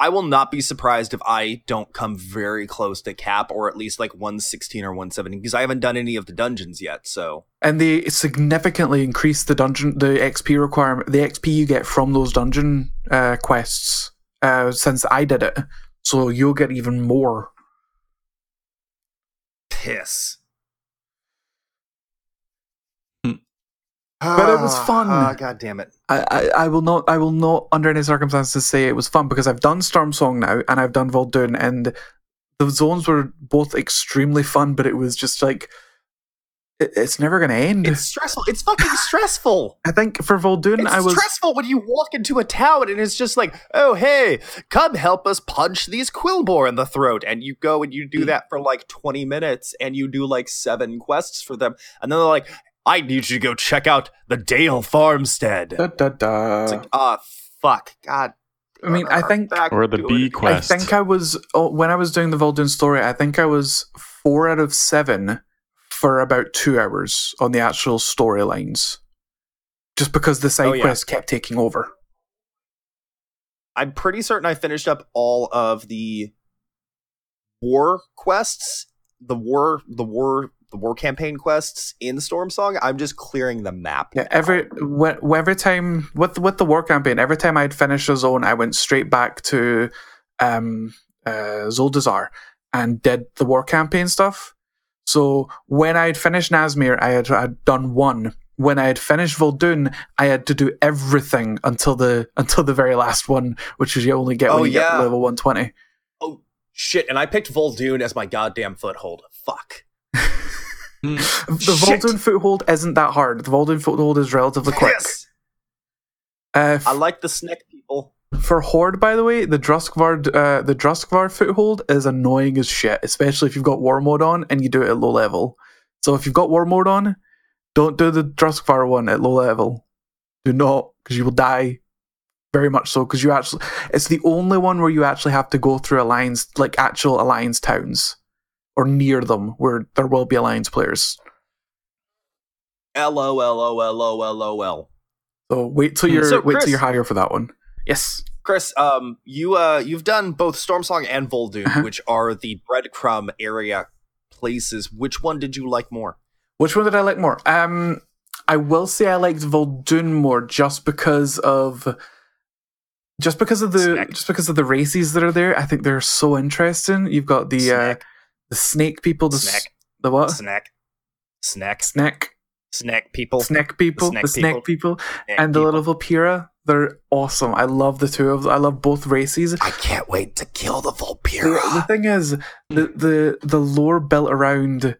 S4: I will not be surprised if I don't come very close to cap, or at least like 116 or 117, because I haven't done any of the dungeons yet. So
S3: and they significantly increased the dungeon, the XP requirement, the XP you get from those dungeon uh, quests uh, since I did it. So you'll get even more.
S4: piss.
S2: Hmm.
S3: But it was
S4: Ah,
S3: fun.
S4: ah, God damn it!
S3: I, I, I will not I will not under any circumstances say it was fun because I've done Storm Song now and I've done Voldoon and the zones were both extremely fun, but it was just like it, it's never gonna end.
S4: It's stressful. It's fucking stressful.
S3: I think for Voldoon
S4: It's
S3: I was
S4: stressful when you walk into a town and it's just like, oh hey, come help us punch these quillbore in the throat, and you go and you
S3: Mm.
S4: do that for like twenty minutes, and you do like seven quests for them, and then they're like, I need you to go check out the Dale Farmstead.
S3: da, da, da.
S4: It's like, uh, ah, fuck, God.
S3: Uh. I mean I think
S4: Back
S2: Or the
S4: to
S2: bee
S4: it.
S3: I
S2: quest.
S3: think I was oh, when I was doing the Voldoon story, I think I was four out of seven for about two hours on the actual storylines. Just because the side
S4: Oh, yeah.
S3: quests kept taking over.
S4: I'm pretty certain I finished up all of the war quests, the war, the war, the war campaign quests in Storm Song. I'm just clearing the map.
S3: Yeah, every wh- wh- every time with with the war campaign, every time I'd finished a zone, I went straight back to um, uh, Zoldazar and did the war campaign stuff. So when I had finished Nazmir, I had I'd done one. When I had finished Voldoon, I had to do everything until the until the very last one, which is you only get
S4: Oh,
S3: when you get
S4: yeah.
S3: level one twenty.
S4: Oh shit! And I picked Voldoon as my goddamn foothold. Fuck.
S2: Hmm.
S3: The
S4: Shit.
S3: Voldoon foothold isn't that hard. The Voldoon foothold is relatively quick.
S4: Yes!
S3: Uh,
S4: I like the snack people.
S3: For Horde, by the way, the Druskvar uh, the Druskvar foothold is annoying as shit, especially if you've got War Mode on and you do it at low level. So if you've got War Mode on, don't do the Druskvar one at low level. Do not, because you will die. Very much so, because you actually it's the only one where you actually have to go through alliance like actual alliance towns or near them where there will be alliance players.
S4: L O L O L O L O L.
S3: So wait till
S2: Hmm.
S3: you're
S4: So,
S3: wait
S4: Chris-
S3: till you're higher for that one. Yes.
S4: Chris, um, you uh, you've done both Stormsong and Voldoon,
S3: Uh-huh.
S4: which are the breadcrumb area places. Which one did you like more?
S3: Which one did I like more? Um, I will say I liked Voldoon more just because of just because of the
S4: Snack.
S3: just because of the races that are there. I think they're so interesting. You've got the uh,
S4: snack,
S3: the snake people, the s-
S4: Snack.
S3: the what
S4: snack, snack,
S3: snack
S4: snack people.
S3: snack people,
S4: snack
S3: the snack people,
S4: snack
S3: and the
S4: people.
S3: little Vapira. They're awesome. I love the two of. them. I love both races.
S4: I can't wait to kill the
S3: the, the
S4: Vulpira.
S3: thing is the, the the lore built around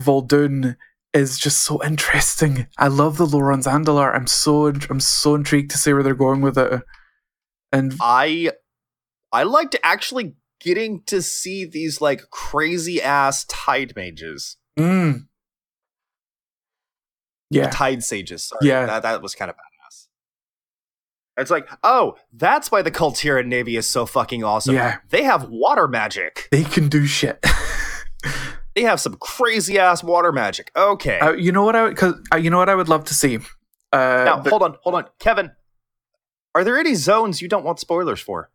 S3: Voldoon is just so interesting. I love the lore on Zandalar. I'm so I'm so intrigued to see where they're going with it. And
S4: I I liked actually getting to see these like crazy ass tide mages.
S3: mm. yeah,
S4: Tide sages, sorry.
S3: Yeah.
S4: That that was kind of badass. It's like, oh, that's why the Cultira Navy is so fucking awesome.
S3: Yeah.
S4: They have water magic.
S3: they can do shit.
S4: They have some crazy ass water magic. Okay.
S3: Uh, you know what I would, cause uh, you know what I would love to see. Uh,
S4: now,
S3: the-
S4: hold on, hold on. Kevin, are there any zones you don't want spoilers for?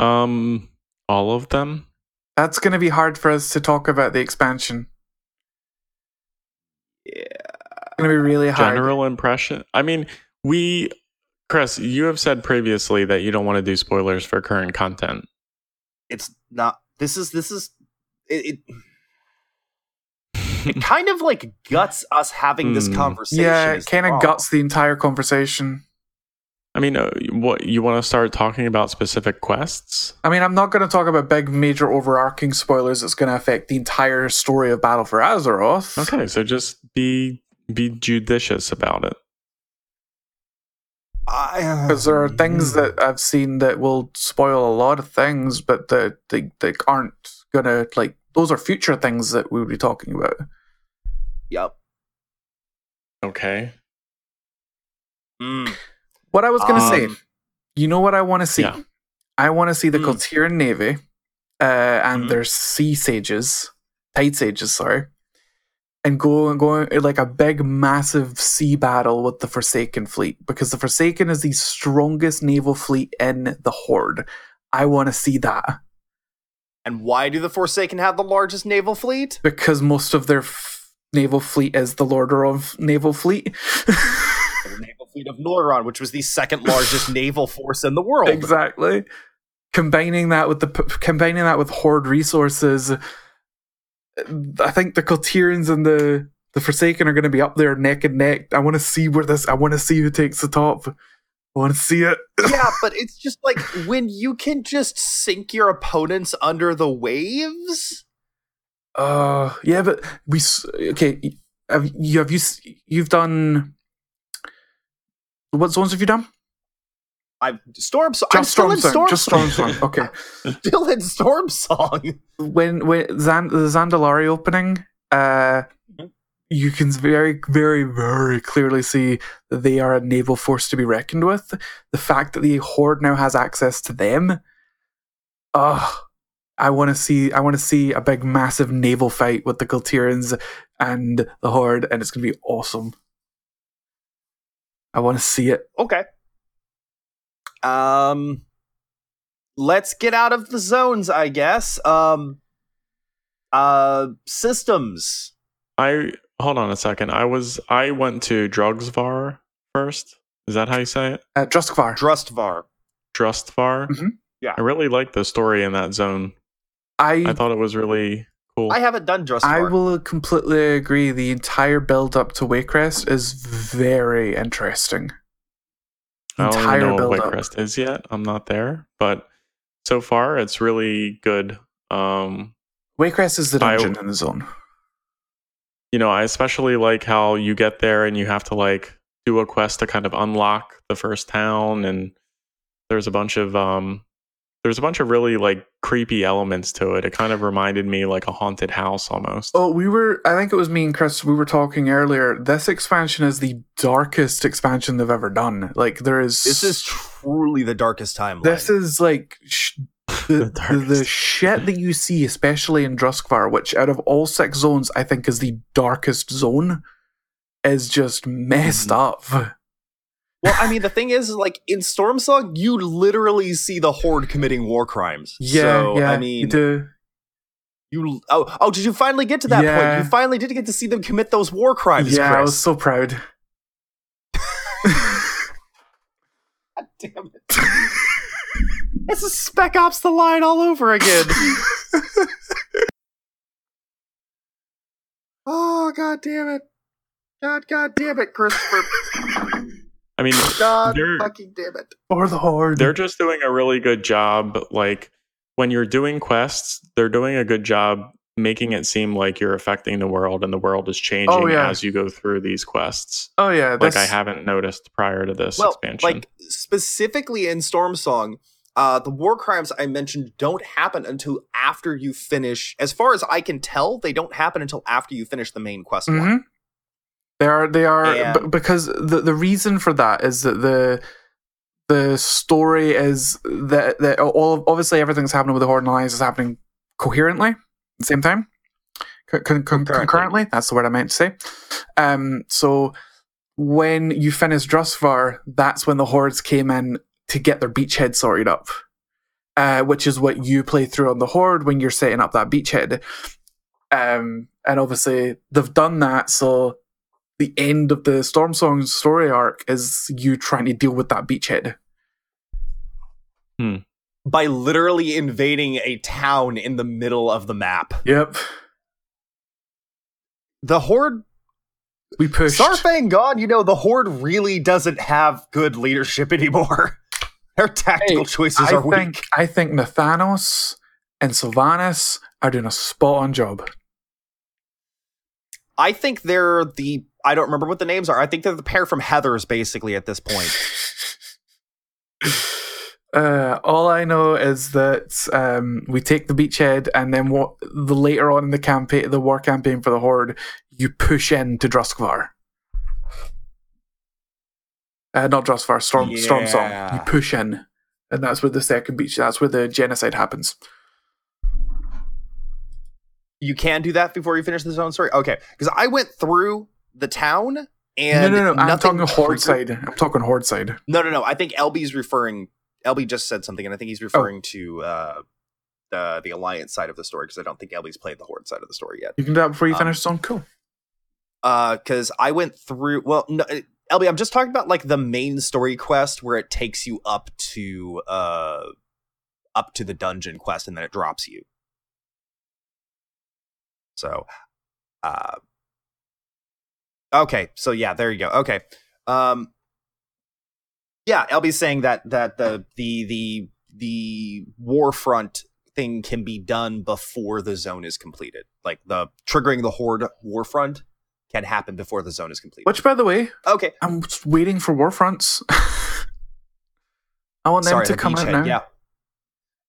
S2: um, all of them.
S3: that's going to be hard for us to talk about the expansion.
S4: Yeah.
S3: Going to be really hard.
S2: General impression. I mean, we, Chris, you have said previously that you don't want to do spoilers for current content.
S4: it's not this is this is it, it, it kind of like guts us having this
S2: Hmm.
S4: conversation
S3: yeah,
S4: is
S3: it
S4: the
S3: kind of
S4: problem.
S3: guts the entire conversation.
S2: I mean, uh, what you want to start talking about specific quests?
S3: I mean, I'm not going to talk about big, major, overarching spoilers that's going to affect the entire story of Battle for Azeroth.
S2: Okay, so just be be judicious about it.
S4: I-
S3: Because there are things that I've seen that will spoil a lot of things, but that they, they aren't going to, like, those are future things that we will be talking about.
S4: yep
S2: Okay.
S4: Mm.
S3: What I was going to
S4: Um,
S3: say, you know what I want to see?
S2: yeah.
S3: I want to see the
S4: Hmm.
S3: Coltiran Navy uh, and
S4: Mhm.
S3: their sea sages, tide sages, sorry, and go and go in, like a big, massive sea battle with the Forsaken fleet because the Forsaken is the strongest naval fleet in the Horde. I want to see that
S4: And why do the Forsaken have the largest naval fleet?
S3: because most of their f- naval fleet is the Lorder of Naval Fleet.
S4: The naval fleet of Norron, which was the second largest naval force in the world.
S3: exactly combining that with the p- combining that with horde resources uh, i think the Kaltirans and the the forsaken are going to be up there neck and neck i want to see where this i want to see who takes the top i want to see it
S4: yeah, but it's just like when you can just sink your opponents under the waves.
S3: uh yeah but we s- okay have you have you s- you've done what zones have you done
S4: I've Storm Song. I'm still in
S3: Storm Zone,
S4: Storm
S3: just
S4: Song.
S3: storm zone okay
S4: Still in Storm Song.
S3: when when Zan- the Zandalari opening, uh, you can very very very clearly see that they are a naval force to be reckoned with. The fact that the Horde now has access to them, ugh. I want to see. I want to see a big, massive naval fight with the Galtirans and the Horde, and it's going to be awesome. I want to see it.
S4: Okay. Um let's get out of the zones, I guess. Um uh systems.
S2: I hold on a second. I was I went to Drugsvar first. Is that how you say it?
S3: Uh, Druskvar.
S4: Drustvar.
S2: Drustvar.
S3: Mhm.
S4: Yeah.
S2: I really liked the story in that zone. I
S3: I
S2: thought it was really cool.
S4: I haven't done Drustvar.
S3: I will completely agree. The entire build up to Wakecrest is very interesting.
S2: I don't
S3: entire
S2: even know what
S3: build-up.
S2: Whitecrest is yet. I'm not there, but so far it's really good. Um,
S3: Wakecrest is the
S2: I-
S3: dungeon in the zone.
S2: you know, I especially like how you get there and you have to like do a quest to kind of unlock the first town, and there's a bunch of um, there's a bunch of really like creepy elements to it. It kind of reminded me like a haunted house almost.
S3: Oh, we were. I think it was me and Chris. We were talking earlier. This expansion is the darkest expansion they've ever done. Like there is.
S4: this is truly the darkest timeline.
S3: This is like sh-
S2: The
S3: the, the, the
S2: darkest.
S3: shit that you see, especially in Druskvar, which out of all six zones, I think is the darkest zone, is just messed up.
S4: well, I mean, the thing is, is, like in Storm Song, you literally see the Horde committing war crimes.
S3: Yeah,
S4: so,
S3: yeah.
S4: I
S3: you
S4: mean,
S3: do.
S4: you oh, oh, did you finally get to that
S3: Yeah.
S4: point? You finally did get to see them commit those war crimes,
S3: yeah, I
S4: Chris.
S3: was so proud.
S4: God damn it. this is Spec Ops the line all over again. oh, god damn it. God, god damn it, Christopher.
S2: I mean,
S4: God
S2: There-
S4: fucking damn it.
S3: For the horde.
S2: they're just doing a really good job like when you're doing quests they're doing a good job making it seem like you're affecting the world and the world is changing
S3: Oh, yeah.
S2: as you go through these quests
S3: oh yeah,
S2: like
S3: this,
S2: i haven't noticed prior to this
S4: Well,
S2: expansion
S4: like, specifically in Storm Song, uh, the war crimes I mentioned don't happen until after you finish. As far as I can tell, they don't happen until after you finish the main quest line.
S3: Mhm. They are. They are
S4: And-
S3: b- because the the reason for that is that the the story is that that all obviously everything's happening with the Horde and Alliance is happening coherently at the same time. Con- con- con-
S4: Concurrently.
S3: concurrently, that's the word I meant to say. Um, so when you finish Drusvar, that's when the hordes came in to get their beachhead sorted up, uh, which is what you play through on the horde when you're setting up that beachhead. Um, and obviously they've done that, so the end of the Storm Song story arc is you trying to deal with that beachhead. Mm-hmm.
S4: By literally invading a town in the middle of the map.
S3: Yep,
S4: The Horde
S3: we pushed.
S4: Sarfang gone, you know, the Horde really doesn't have good leadership anymore. Their tactical
S3: Hey,
S4: choices
S3: I
S4: are
S3: think
S4: weak.
S3: I think Nathanos and Sylvanas are doing a spot on job.
S4: I think they're the I don't remember what the names are. I think they're the pair from Heathers basically at this point.
S3: Uh, all I know is that um, we take the beachhead, and then what? The later on in the campaign, the war campaign for the Horde, you push into Druskvar. Uh, not Druskvar, Storm Storm Song.
S4: Yeah.
S3: You push in, and that's where the second beach. That's where the genocide happens.
S4: You can do that before you finish the zone story. Okay, because I went through the town
S3: No,
S4: and
S3: no, no. I'm
S4: nothing
S3: talking horde
S4: triggered-
S3: side. I'm talking horde side.
S4: No, no, no. I think LB's referring. LB just said something, and I think
S3: Oh.
S4: he's referring to uh, the the alliance side of the story because I don't think LB's played the horde side of the story yet.
S3: You can do that before you
S4: Um,
S3: finish zone. Cool.
S4: because I went through. Well, no, uh, LB, I'm just talking about like the main story quest where it takes you up to uh up to the dungeon quest and then it drops you. So, uh, okay, so yeah, there you go. Okay, um, yeah, LB's saying that that the the the the warfront thing can be done before the zone is completed. Like the triggering the horde warfront can happen before the zone is completed.
S3: Which, by the way,
S4: Okay.
S3: I'm just waiting for warfronts. I want them
S4: Sorry,
S3: to
S4: the
S3: come out
S4: beachhead,
S3: now.
S4: Yeah.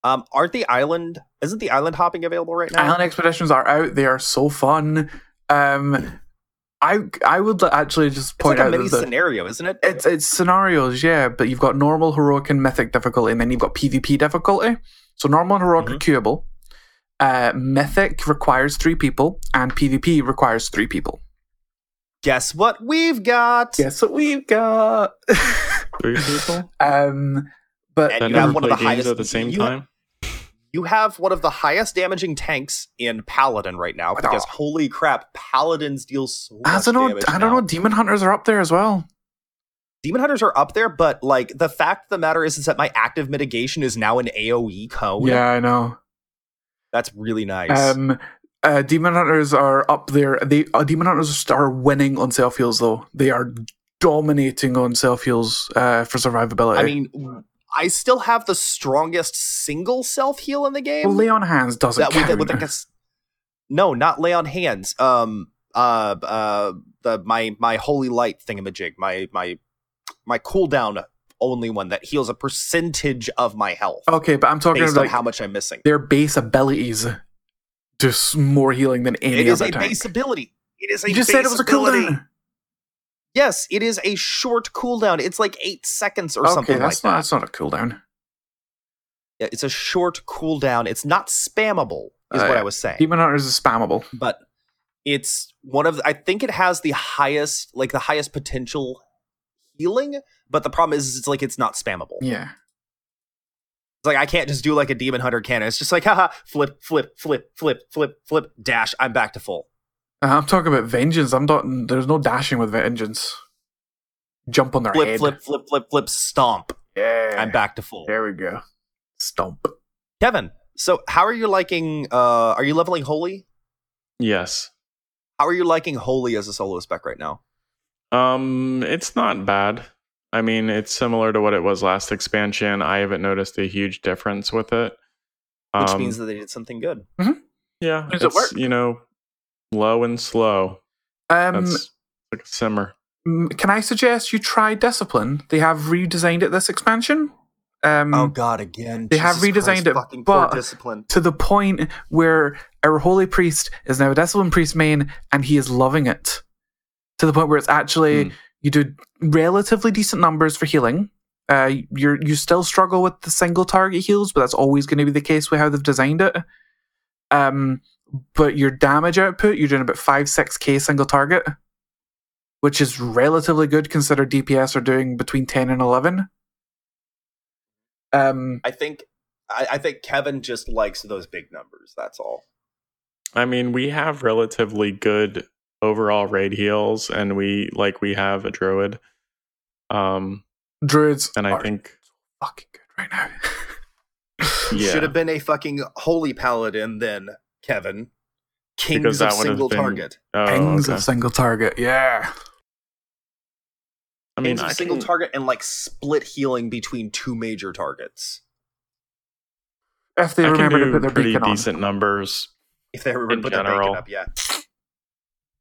S4: Um, aren't the island isn't the island hopping available right now?
S3: Island expeditions are out. They are so fun. Um, I I would li- actually just
S4: it's like
S3: point
S4: a
S3: out
S4: mini
S3: that the-
S4: scenario, isn't it?
S3: it's it's scenarios, yeah, but you've got normal, heroic, and mythic difficulty, and then you've got PvP difficulty. So normal and heroic
S4: Mm-hmm.
S3: are queuable. Uh, mythic requires three people, and PvP requires three people.
S4: Guess what we've got?
S3: Guess what we've got?
S2: Three people
S3: um, but
S4: And
S2: that
S4: you have
S2: never
S4: one
S2: play
S4: of
S2: games
S4: the highest-
S2: at the same
S4: you have-
S2: time.
S4: You have one of the highest damaging tanks in Paladin right now because holy crap, Paladins deal so
S3: I
S4: much
S3: don't know.
S4: damage
S3: I don't
S4: now.
S3: know. Demon hunters are up there as well.
S4: Demon hunters are up there, but like the fact of the matter is, is that my active mitigation is now an AOE cone.
S3: yeah, I know.
S4: that's really Oh, nice.
S3: Um, uh, demon hunters are up there. They uh, demon hunters are winning on self heals though. They are dominating on self heals uh, for survivability.
S4: I mean, I still have the strongest single self heal in the game.
S3: well, Leon Hands doesn't
S4: that with,
S3: count.
S4: the- with the cas- no, not lay on hands. Um, uh, uh, the my my holy light thingamajig, my my my cooldown only one that heals a percentage of my health
S3: Oh, okay, but I'm talking
S4: based
S3: about
S4: on
S3: like,
S4: how much I'm missing.
S3: their base abilities do s- more healing than any
S4: It is
S3: other
S4: a
S3: tank.
S4: base ability. It is a
S3: you just
S4: base
S3: said it was a
S4: ability.
S3: cooldown.
S4: Yes, it is a short cooldown. It's like eight seconds or
S3: Okay,
S4: something
S3: that's
S4: like
S3: not
S4: that.
S3: that's not a cooldown.
S4: Yeah, It's a short cooldown. It's not spammable, is
S3: Uh,
S4: what I was saying.
S3: Demon hunters is spammable.
S4: but it's one of the, I think it has the highest like the highest potential healing, but the problem is, is it's like it's not spammable. It's
S3: Yeah,
S4: like I can't just do like a demon hunter cannon. It's just like haha flip flip flip flip flip flip dash I'm back to full.
S3: Uh, I'm talking about vengeance. I'm not. There's no dashing with vengeance. Jump on their
S4: Flip
S3: head.
S4: flip flip flip flip stomp.
S3: Yeah,
S4: I'm back to full.
S3: There we go. Stomp.
S4: Kevin, so how are you liking uh are you leveling holy?
S2: Yes.
S4: How are you liking holy as a solo spec right now?
S2: Um, it's not bad. I mean, it's similar to what it was last expansion. I haven't noticed a huge difference with it.
S4: Which
S2: Um,
S4: means that they did something good.
S2: yeah,
S3: Does it
S2: it's,
S3: work?
S2: You know, low and slow.
S3: Um,
S2: That's like a simmer.
S3: mm, can I suggest you try Discipline? They have redesigned it this expansion. Um,
S4: Oh god, again.
S3: They have
S4: Jesus
S3: redesigned
S4: Christ,
S3: it,
S4: fucking poor
S3: but-
S4: discipline.
S3: to the point where our holy priest is now a Discipline priest main, and he is loving it. To the point where it's actually
S2: Hmm.
S3: you do relatively decent numbers for healing. Uh, you're you still struggle with the single target heals, but that's always going to be the case with how they've designed it. Um, but your damage output, you're doing about five six k single target, which is relatively good considered DPS are doing between ten and eleven. Um,
S4: I think I, I think Kevin just likes those big numbers. That's all.
S2: I mean, we have relatively good overall raid heals, and we like we have a druid. Um,
S3: druids
S2: and I
S3: are
S2: think
S3: fucking good right now.
S2: yeah,
S4: Should have been a fucking holy paladin then, Kevin. Kings
S2: Because that
S4: of
S2: would have
S4: single
S2: been-
S4: target.
S2: Oh,
S3: Pings
S2: okay.
S3: of single target, yeah.
S2: I mean,
S4: Kings
S2: I
S4: of single
S2: can-
S4: target and like split healing between two major targets.
S3: If they
S2: I can
S3: remember
S2: do
S3: to put their
S2: pretty
S3: beacon on.
S2: decent numbers.
S4: If they were to
S2: In
S4: put their bacon
S2: general.
S4: up, yeah.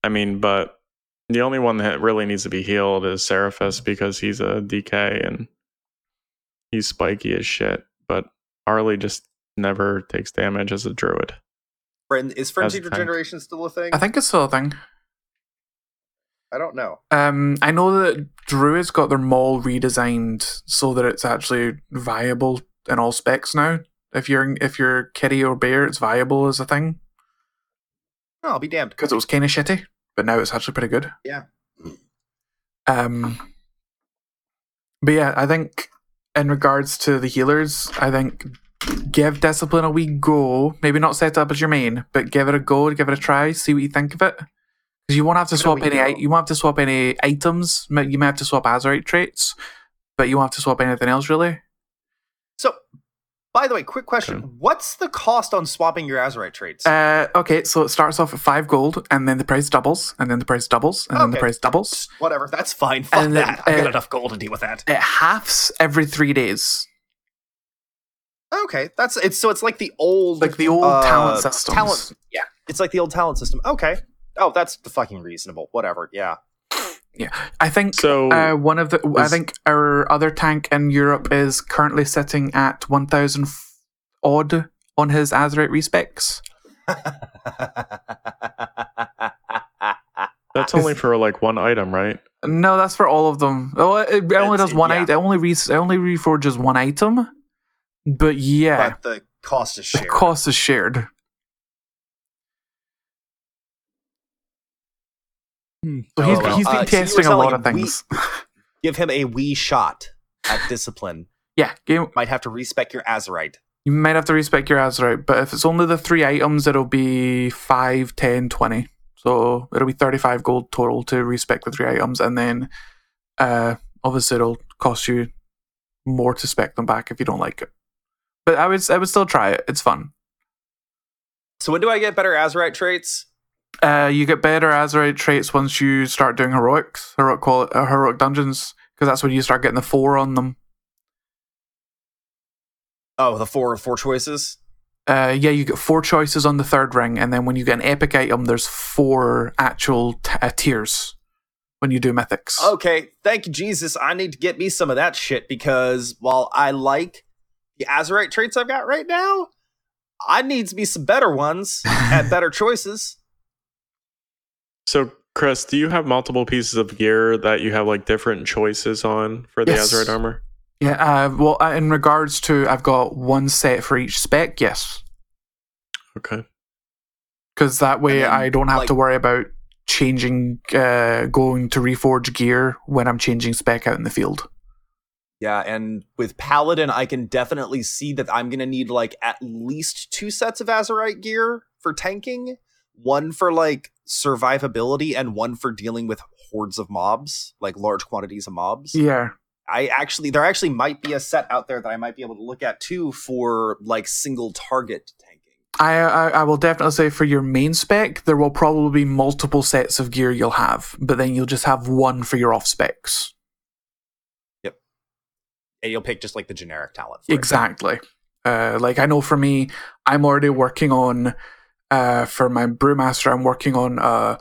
S2: I mean, but the only one that really needs to be healed is Seraphis because he's a DK and he's spiky as shit. But Arlie just never takes damage as a druid.
S4: Friend is frenzied
S2: tank.
S4: regeneration still a thing?
S3: I think it's still a thing.
S4: I don't know.
S3: Um, I know that Druid's got their mall redesigned so that it's actually viable in all specs now. If you're if you're kitty or bear, it's viable as a thing
S4: Oh, I'll be damned.
S3: because it was kind of shitty, but now it's actually pretty good.
S4: Yeah.
S3: Um. But yeah, I think in regards to the healers, I think give discipline a wee go. Maybe not set up as your main, but give it a go, give it a try, see what you think of it. Because you won't have to
S4: Give it a
S3: swap
S4: wee
S3: any. i-
S4: go.
S3: You won't have to swap any items. Mi- You may have to swap Azerite traits, but you won't have to swap anything else really.
S4: So, by the way, quick question:
S2: Okay.
S4: What's the cost on swapping your Azurite traits?
S3: Uh, okay, so it starts off at five gold, and then the price doubles, and then the price doubles, and then the
S4: Okay.
S3: price doubles.
S4: Whatever, that's fine. Fuck
S3: and then,
S4: that. I've got
S3: uh,
S4: enough gold to deal with that.
S3: it halves every three days.
S4: Okay, that's it's so it's like the old
S3: Like the old
S4: uh,
S3: talent systems.
S4: talent-
S3: Yeah.
S4: It's like the old talent system. Okay. Oh, that's the fucking reasonable. Whatever. Yeah.
S3: I think
S2: So
S3: uh, one of the I
S2: is-
S3: think our other tank in Europe is currently sitting at one thousand odd on his Azerite respecs.
S2: that's only for like one item, right?
S3: No, that's for all of them. Oh, it, it only
S4: That's-
S3: does one
S4: yeah.
S3: item. It only re- it only reforges one item. But yeah,
S4: but the cost is
S3: the
S4: shared.
S3: cost is shared. So Hmm. he's,
S4: LOL.
S3: he's been
S4: Uh, so you were
S3: testing a lot
S4: telling
S3: of
S4: we-
S3: things.
S4: Give him a wee shot at discipline.
S3: yeah, game,
S4: Might have to respec your Azurite.
S3: You might have to respec your Azerite, but if it's only the three items, it'll be 5, 10, 20. So it'll be 35 gold total to respec the three items, and then uh, obviously it'll cost you more to spec them back if you don't like it. But I would I would still try it. It's fun.
S4: So when do I get better Azurite traits?
S3: Uh, you get better Azerite traits once you start doing heroics, heroic quali- uh, heroic dungeons, because that's when you start getting the four on them.
S4: Oh, the four four choices.
S3: Uh, yeah, you get four choices on the third ring, and then when you get an epic item, there's four actual t- uh, tiers when you do mythics.
S4: Okay, thank you, Jesus. I need to get me some of that shit because while I like the Azurite traits I've got right now, I need to be some better ones and better choices.
S2: So, Chris, do you have multiple pieces of gear that you have like different choices on for the
S3: Yes.
S2: Azurite armor?
S3: Yeah. Uh, well, uh, in regards to, I've got one set for each spec. Yes,
S2: Okay.
S3: because that way
S4: And then,
S3: I don't have
S4: like-
S3: to worry about changing, uh, going to reforge gear when I'm changing spec out in the field.
S4: Yeah, and with Paladin, I can definitely see that I'm gonna need like at least two sets of Azurite gear for tanking, one for like survivability, and one for dealing with hordes of mobs, like large quantities of mobs.
S3: Yeah.
S4: I actually there actually might be a set out there that I might be able to look at too for like single target tanking.
S3: I, I I will definitely say for your main spec, there will probably be multiple sets of gear you'll have, but then you'll just have one for your off specs.
S4: And you'll pick just like the generic talent. for it.
S3: Exactly. Uh, like I know for me, I'm already working on uh, for my brewmaster. I'm working on a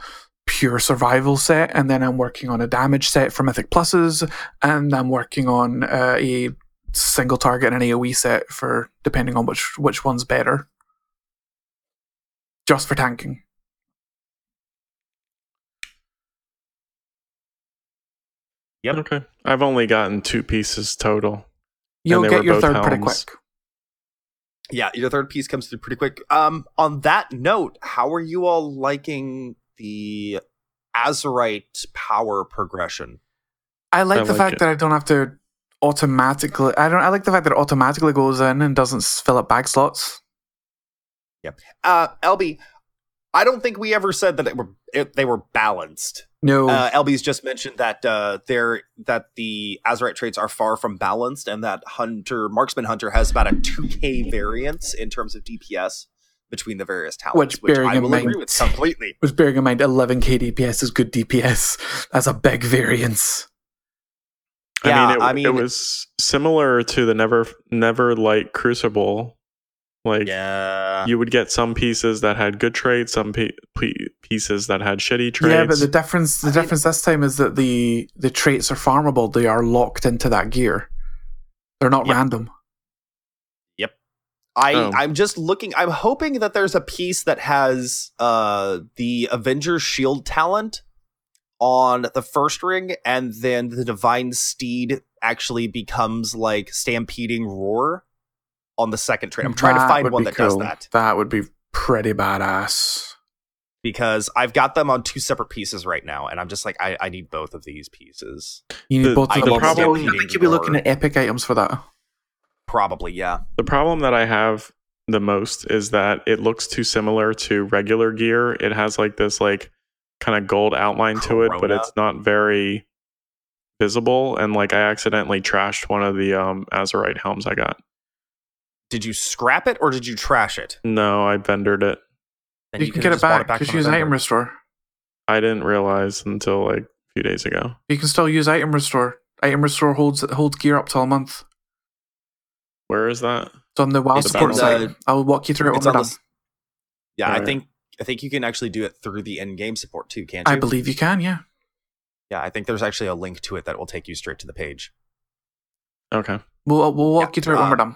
S3: pure survival set, and then I'm working on a damage set for mythic pluses, and I'm working on uh, a single target and an AOE set for depending on which which one's better. Just for tanking.
S4: Yep.
S2: Okay. I've only gotten two pieces total.
S3: You'll
S2: they
S3: get
S2: were
S3: your
S2: both
S3: third pretty
S2: helms.
S3: quick.
S4: Yeah, your third piece comes through pretty quick. Um, on that note, how are you all liking the Azurite power progression?
S3: I like
S2: I
S3: the
S2: like
S3: fact
S2: it.
S3: that I don't have to automatically I don't I like the fact that it automatically goes in and doesn't s- fill up bag slots.
S4: Uh, LB, I don't think we ever said that it were it, they were balanced.
S3: No.
S4: Uh, LB's just mentioned that uh, there that the Azurite traits are far from balanced, and that Hunter Marksman Hunter has about a two K variance in terms of DPS between the various talents,
S3: Which,
S4: which,
S3: bearing
S4: I
S3: in
S4: will
S3: mind-
S4: agree with completely.
S3: was bearing in mind 11k DPS is good DPS. That's a big variance.
S4: Yeah,
S2: I mean, it,
S4: I
S2: it
S4: mean-
S2: was similar to the never never light crucible. Like
S4: Yeah,
S2: you would get some pieces that had good traits, some pe- pe- pieces that had shitty traits.
S3: Yeah, but the difference the
S4: I mean-
S3: difference this time is that the the traits are farmable. They are locked into that gear. They're not
S4: Yeah.
S3: random.
S4: I
S3: Um,
S2: Oh.
S4: I'm just looking. I'm hoping that there's a piece that has uh the Avengers Shield talent on the first ring, and then the divine steed actually becomes like stampeding roar on the second train. I'm trying to find
S3: would
S4: one
S3: be
S4: that does
S3: cool.
S4: that
S3: That would be pretty badass.
S4: because I've got them on two separate pieces right now, and I'm just like, I, I need both of these pieces.
S3: You need
S2: The-
S3: both
S4: I
S3: of them.
S4: love
S3: Probably,
S4: stampeding
S3: I think you'll be looking
S4: roar.
S3: at epic items for that.
S4: Probably, yeah.
S2: The problem that I have the most is that it looks too similar to regular gear. It has like this like kind of gold outline to it, but
S4: Corona.
S2: it's not very visible. And like I accidentally trashed one of the um Azurite helms I got.
S4: Did you scrap it or did you trash it?
S2: No, I vendored it.
S4: Then
S3: You, can
S4: could've
S3: get it
S4: just bought
S3: back because
S4: from
S3: you use
S4: a vendor.
S3: item restore.
S2: I didn't realize until like a few days ago.
S3: You can still use item restore. Item restore holds holds gear up till a month.
S2: Where is that?
S3: It's on the WoW
S4: It's
S3: support
S2: on
S4: the-
S3: site. I'll walk you through it when
S4: It's
S3: we're
S4: on
S3: done.
S4: this- Yeah, I
S2: Alright.
S4: think I think you can actually do it through the end game support too, can't you?
S3: I believe you can. Yeah.
S4: Yeah, I think there's actually a link to it that will take you straight to the page.
S2: Okay.
S3: We'll we'll walk
S4: Yeah,
S3: you through it when we're
S4: uh,
S3: done.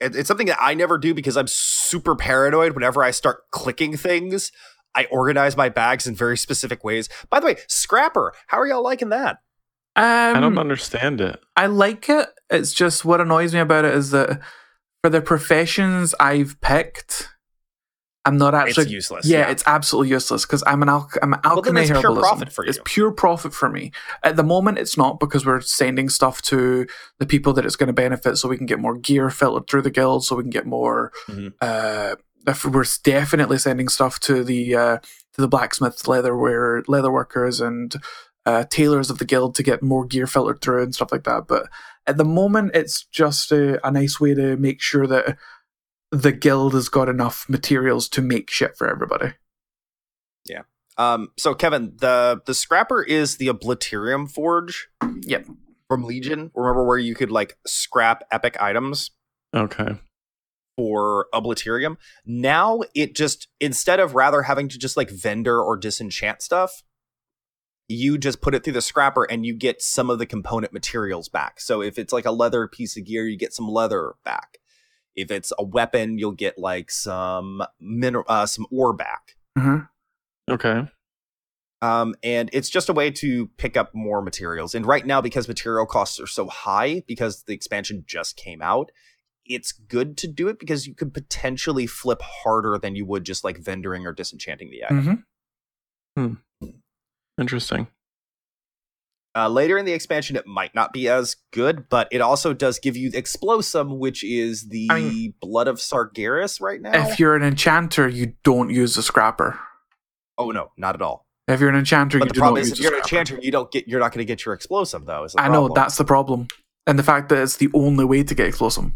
S4: It, it's something that I never do because I'm super paranoid. Whenever I start clicking things, I organize my bags in very specific ways. By the way, Scrapper, how are y'all liking that?
S3: Um,
S2: I don't understand it.
S3: I like it. It's just what annoys me about it is that for the professions I've picked, I'm not actually
S4: it's useless.
S3: Yeah, it's absolutely useless because I'm an alch- I'm an
S4: Well, then
S3: alchemy
S4: it's pure
S3: herbalism.
S4: profit for
S3: It's
S4: you.
S3: pure profit for me. At the moment, it's not because we're sending stuff to the people that it's going to benefit, so we can get more gear filtered through the guild, so we can get more.
S4: Mhm.
S3: Uh, if we're s- definitely sending stuff to the uh, to the blacksmiths, leatherware, leatherworkers, and uh, tailors of the guild to get more gear filtered through and stuff like that. But at the moment, it's just a, a nice way to make sure that the guild has got enough materials to make shit for everybody.
S4: Um, so Kevin, the the Scrapper is the Obliterium Forge.
S3: Yep.
S4: From Legion, remember where you could like scrap epic items
S2: Okay.
S4: for Obliterium. Now it just instead of rather having to just like vendor or disenchant stuff, you just put it through the scrapper and you get some of the component materials back. So if it's like a leather piece of gear, you get some leather back. If it's a weapon, you'll get like some mineral, uh, some ore back.
S2: Okay.
S4: Um, and it's just a way to pick up more materials. And right now, because material costs are so high, because the expansion just came out, it's good to do it because you could potentially flip harder than you would just like vendoring or disenchanting the item.
S3: Mm-hmm.
S2: Interesting.
S4: Uh, later in the expansion, it might not be as good, but it also does give you Explosum, which is the
S3: I mean-
S4: blood of Sargeras right now.
S3: If you're an enchanter, you don't use the scrapper.
S4: oh no, not at all.
S3: If you're an enchanter,
S4: But
S3: you
S4: the
S3: do not
S4: problem is,
S3: use
S4: if
S3: the
S4: you're an
S3: scrapper.
S4: enchanter, you don't get you're not going to get your Explosum though. Is the
S3: I know
S4: problem.
S3: that's the problem, and the fact that it's the only way to get explosive.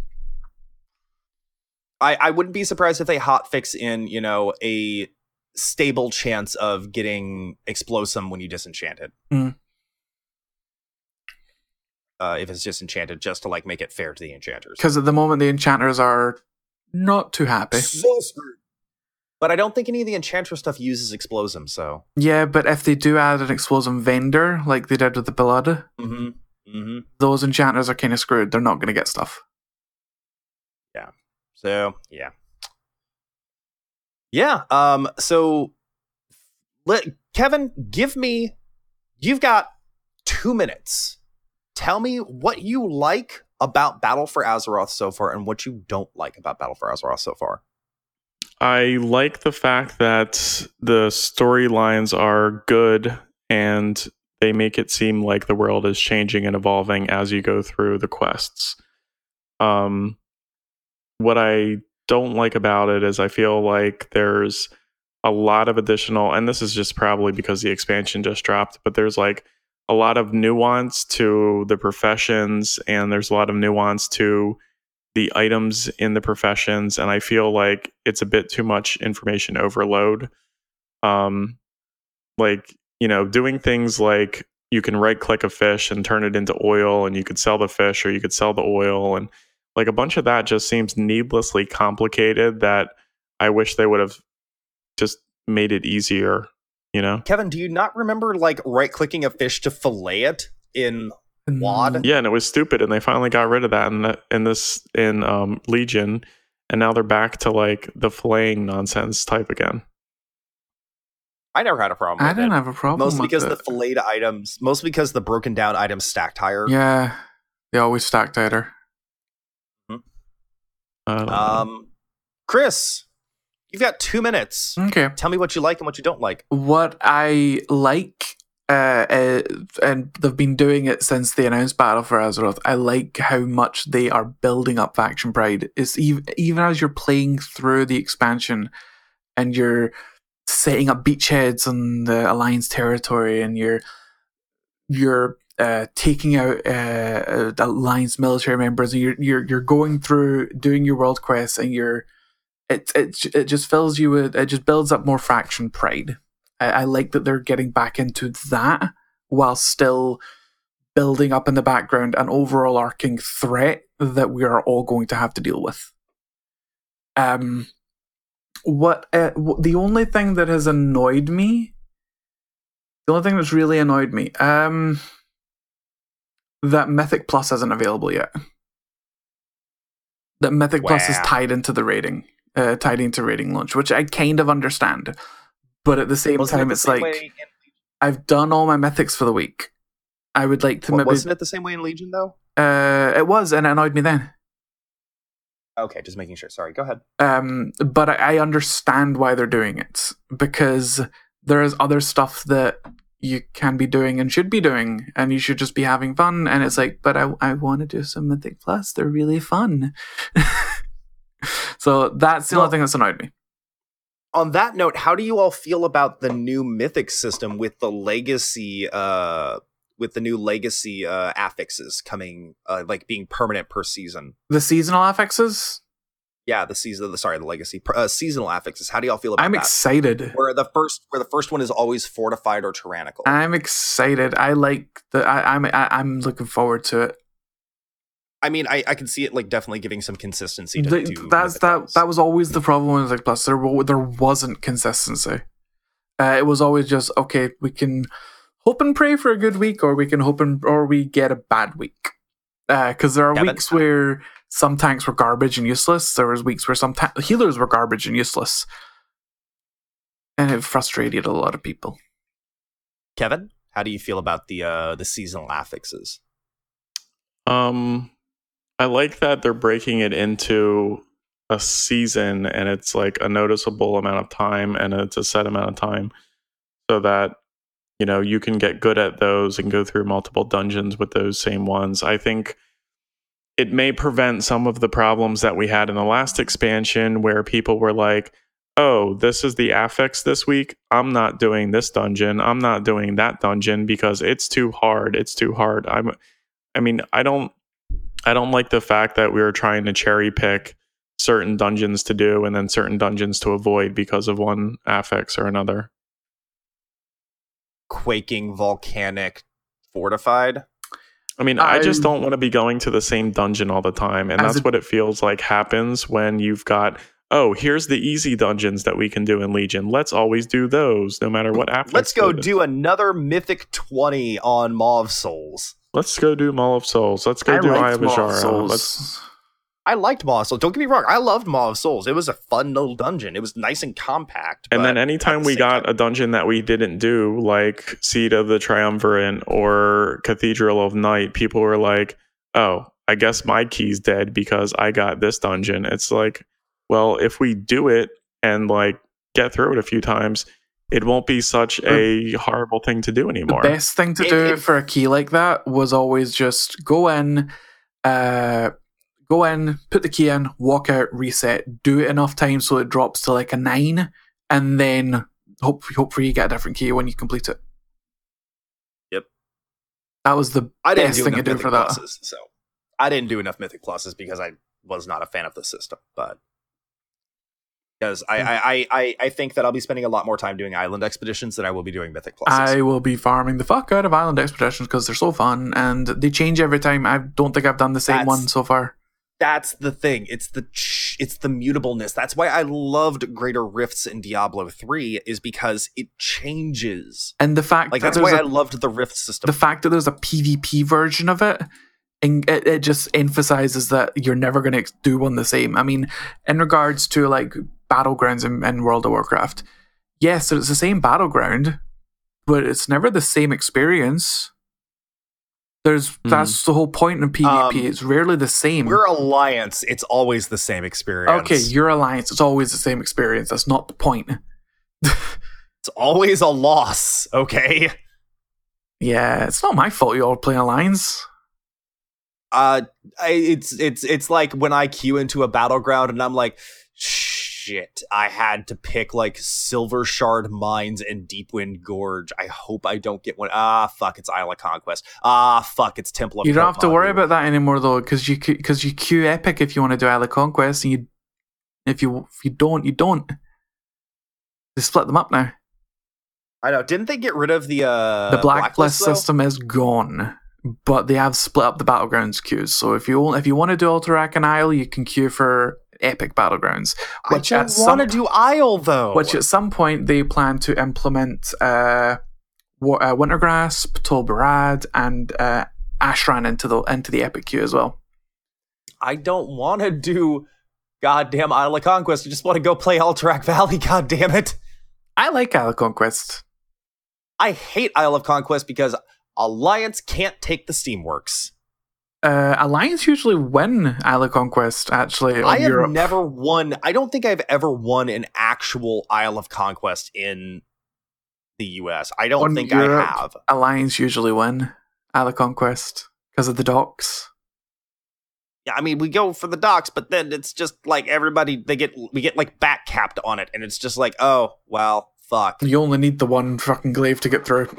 S4: I, I wouldn't be surprised if they hotfix in, you know, a stable chance of getting explosum when you disenchant it.
S3: Mm.
S4: Uh, if it's disenchanted, just to like make it fair to the enchanters.
S3: Because at the moment, the enchanters are not too happy.
S4: So screwed. But I don't think any of the enchanter stuff uses explosum, so.
S3: Yeah, but if they do add an explosive vendor like they did with the blood,
S4: Mm-hmm. Mm-hmm.
S3: those enchanters are kind of screwed. They're not going to get stuff.
S4: So yeah, yeah. Um. So, let Kevin give me. You've got two minutes. Tell me what you like about Battle for Azeroth so far, and what you don't like about Battle for Azeroth so far.
S2: I like the fact that the storylines are good and they make it seem like the world is changing and evolving as you go through the quests. Um, what I don't like about it is I feel like there's a lot of additional, and this is just probably because the expansion just dropped, but there's like a lot of nuance to the professions and there's a lot of nuance to the items in the professions and i feel like it's a bit too much information overload um like you know doing things like you can right click a fish and turn it into oil and you could sell the fish or you could sell the oil and like a bunch of that just seems needlessly complicated that i wish they would have just made it easier you know
S4: Kevin, do you not remember like right clicking a fish to fillet it in? Wad?
S3: Mm,
S2: yeah and it was stupid and they finally got rid of that in, the, in this in um, legion and now they're back to like the flaying nonsense type again
S4: I never had a problem.
S3: I
S4: with
S3: don't
S4: it.
S3: have a problem.
S4: Mostly
S3: with
S4: because
S3: it.
S4: the filleted items, mostly because the broken down items stacked higher.
S3: yeah, they always stack tighter.
S2: I don't know.
S4: Um, Chris, you've got two minutes.
S3: Okay.
S4: Tell me what you like and what you don't like.
S3: what I like, uh, uh, and they've been doing it since they announced Battle for Azeroth. I like how much they are building up faction pride. It's even even as you're playing through the expansion, and you're setting up beachheads on the Alliance territory, and you're you're uh, taking out uh, uh, the alliance military members, and you're you're you're going through doing your world quests, and you're it it it just fills you with it just builds up more faction pride. I, I like that they're getting back into that while still building up in the background an overall arcing threat that we are all going to have to deal with. Um, what uh, w- the only thing that has annoyed me, the only thing that's really annoyed me, um, that Mythic Plus isn't available yet. That Mythic Plus is
S4: Wow.
S3: tied into the rating, uh, tied into rating launch, which I kind of understand, but at the same
S4: Wasn't it
S3: time,
S4: the
S3: it's
S4: same
S3: like.
S4: way in-
S3: I've done all my mythics for the week. I would like to
S4: wa-
S3: maybe.
S4: wasn't it the same way in Legion though?
S3: Uh, it was, and it annoyed me then.
S4: Okay, just making sure. Sorry, go ahead.
S3: Um, but I, I understand why they're doing it because there is other stuff that you can be doing and should be doing, and you should just be having fun. And it's like, but I, I want to do some Mythic Plus. They're really fun. so that's the
S4: Well-
S3: only thing that's annoyed me.
S4: On that note, how do you all feel about the new mythic system with the legacy, uh, with the new legacy uh, affixes coming, uh, like being permanent per season?
S3: The seasonal affixes.
S4: Yeah, the season. The, sorry, the legacy per- uh, seasonal affixes. How do y'all feel about
S3: I'm
S4: that?
S3: excited.
S4: where the first, where the first one is always fortified or tyrannical.
S3: I'm excited. I like the. I, I'm. I, I'm looking forward to it.
S4: I mean, I, I can see it like definitely giving some consistency. To,
S3: Th-
S4: to
S3: that's
S4: mythic
S3: that.
S4: ones.
S3: That was always the problem with like plus there wa- there wasn't consistency. Uh, it was always just okay. We can hope and pray for a good week, or we can hope and or we get a bad week. Because there are
S4: Kevin?
S3: weeks where some tanks were garbage and useless. There was weeks where some ta- healers were garbage and useless, and it frustrated a lot of people.
S4: Kevin, how do you feel about the uh, the seasonal affixes?
S2: Um, I like that they're breaking it into a season, and it's like a noticeable amount of time, and it's a set amount of time, so that you know you can get good at those and go through multiple dungeons with those same ones. I think it may prevent some of the problems that we had in the last expansion, where people were like. Oh, this is the affix this week. I'm not doing this dungeon. I'm not doing that dungeon because it's too hard. It's too hard. I'm I mean, I don't I don't like the fact that we were trying to cherry pick certain dungeons to do and then certain dungeons to avoid because of one affix or another.
S4: Quaking, volcanic, fortified.
S2: I mean, I, just
S3: I-
S2: don't want to be going to the same dungeon all the time. And
S3: As
S2: that's
S3: a-
S2: what it feels like happens when you've got, oh, here's the easy dungeons that we can do in Legion. Let's always do those, no matter what affix.
S4: Let's go
S2: it is.
S4: do another mythic twenty on Maw of Souls.
S2: Let's go do Mall of Souls. Let's go
S3: I
S2: do Eye
S3: liked
S2: of
S3: Maw of
S2: Azhara.
S3: Souls.
S2: Let's
S4: I liked Maw of Souls. Don't get me wrong, I loved Maw of Souls. It was a fun little dungeon. It was nice and compact.
S2: And
S4: but
S2: then
S4: at
S2: anytime
S4: the
S2: we
S4: same
S2: got
S4: time-
S2: a dungeon that we didn't do, like Seed of the Triumvirate or Cathedral of Night, people were like, oh, I guess my key's dead because I got this dungeon. It's like, well, if we do it and like get through it a few times, it won't be such a horrible thing to do
S3: The
S2: anymore.
S3: best thing to
S4: It-
S3: do
S4: it-
S3: for a key like that was always just go in, uh, go in, put the key in, walk out, reset, do it enough times so it drops to like a nine, and then hope hopefully you get a different key when you complete it.
S4: Yep.
S3: That was the
S4: I didn't
S3: best
S4: do
S3: thing
S4: enough
S3: to do
S4: mythic
S3: for that.
S4: pluses, so I didn't do enough mythic pluses because I was not a fan of the system. But because
S2: Hmm.
S4: I, I, I, I, I think that I'll be spending a lot more time doing island expeditions than I will be doing mythic pluses.
S3: I will be farming the fuck out of Island Expeditions because they're so fun and they change every time. I don't think I've done the same
S4: That's-
S3: one so far.
S4: that's the thing it's the ch- it's the mutableness that's why i loved greater rifts in diablo 3 is because it changes
S3: And the fact
S4: like
S3: that
S4: that's
S3: there's
S4: why
S3: a
S4: I loved the rift system
S3: the fact that there's a PvP version of it, and it, it just emphasizes that you're never going to do one the same. I mean, in regards to like battlegrounds in, in World of Warcraft, Yes, so it's the same battleground, but it's never the same experience. There's that's the whole point in PvP.
S4: Hmm. Um,
S3: it's rarely the same.
S4: We're Alliance. It's always the same experience.
S3: Okay, your alliance. It's always the same experience. That's not the point.
S4: it's always a loss. Okay.
S3: Yeah, it's not my fault you all play alliance.
S4: Uh, I, it's it's it's like when I queue into a battleground and I'm like, shit, I had to pick like Silver Shard Mines and Deepwind Gorge. I hope I don't get one. Ah, fuck, it's Isle of Conquest. Ah, fuck, it's Temple of.
S3: you don't have to worry
S4: Kathmandu.
S3: about that anymore though, because you because you queue epic if you want to do Isle of Conquest, and you if you if you don't you don't. They split them up now.
S4: I know. Didn't they get rid of the uh
S3: the blacklist
S4: though?
S3: system is gone, but they have split up the battlegrounds queues. So if you if you want to do Alterac and Isle, you can queue for epic battlegrounds,
S4: I
S3: which at
S4: don't
S3: some
S4: want to do Isle though.
S3: which at some point they plan to implement uh, wa- uh Wintergrass, Patol Barad, and uh, Ashran into the into the epic queue as well.
S4: I don't want to do goddamn Isle of Conquest. I just want to go play Alterac Valley. God damn it!
S3: I like Isle of Conquest.
S4: I hate Isle of Conquest because Alliance can't take the Steamworks.
S3: Uh, Alliance usually win Isle of Conquest actually on
S4: I have
S3: Europe.
S4: never won. I don't think I've ever won an actual Isle of Conquest in the U.S. I don't
S3: On
S4: think
S3: Europe.
S4: I have.
S3: Alliance usually win Isle of Conquest because of the docks.
S4: Yeah, I mean, we go for the docks, but then it's just like everybody they get we get like back capped on it, and it's just like, oh well, fuck.
S3: You only need the one fucking glaive to get through.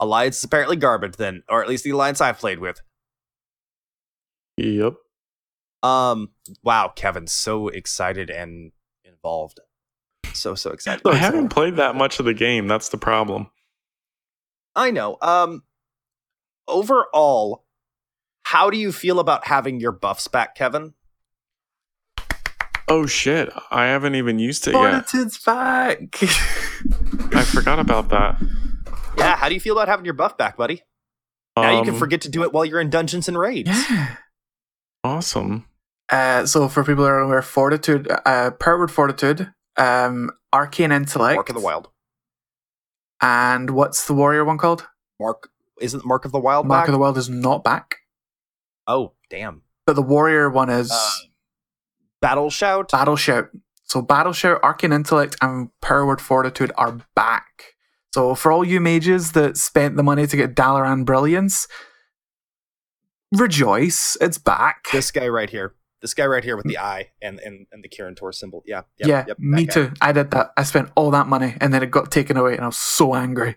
S4: Alliance is apparently garbage then, or at least the alliance I've played with.
S2: Yep.
S4: Um, wow, Kevin, so excited and involved. So so excited.
S2: I haven't played that much of the game. That's the problem.
S4: I know. Um, overall, how do you feel about having your buffs back, Kevin?
S2: Oh shit! I haven't even used it yet.
S3: Fortitude's back.
S2: I forgot about that.
S4: Yeah, how do you feel about having your buff back, buddy? now you can
S2: Um,
S4: forget to do it while you're in dungeons and raids.
S3: yeah.
S2: Awesome.
S3: Uh, so for people that are aware, fortitude, uh, power word fortitude, um, arcane intellect,
S4: Mark of the Wild.
S3: and what's the warrior one called?
S4: Mark isn't Mark of the Wild
S3: Mark
S4: back?
S3: of the Wild is not back,
S4: oh, damn.
S3: but the warrior one is
S4: Uh, Battle shout.
S3: battle shout. So battle shout, arcane intellect, and power word fortitude are back. So for all you mages that spent the money to get Dalaran brilliance, rejoice! It's back.
S4: This guy right here. This guy right here with the eye and and, and the Kirin Tor symbol. Yeah. yep,
S3: yeah,
S4: yep, that
S3: me
S4: guy.
S3: too. I did that. I spent all that money and then it got taken away and I was so angry.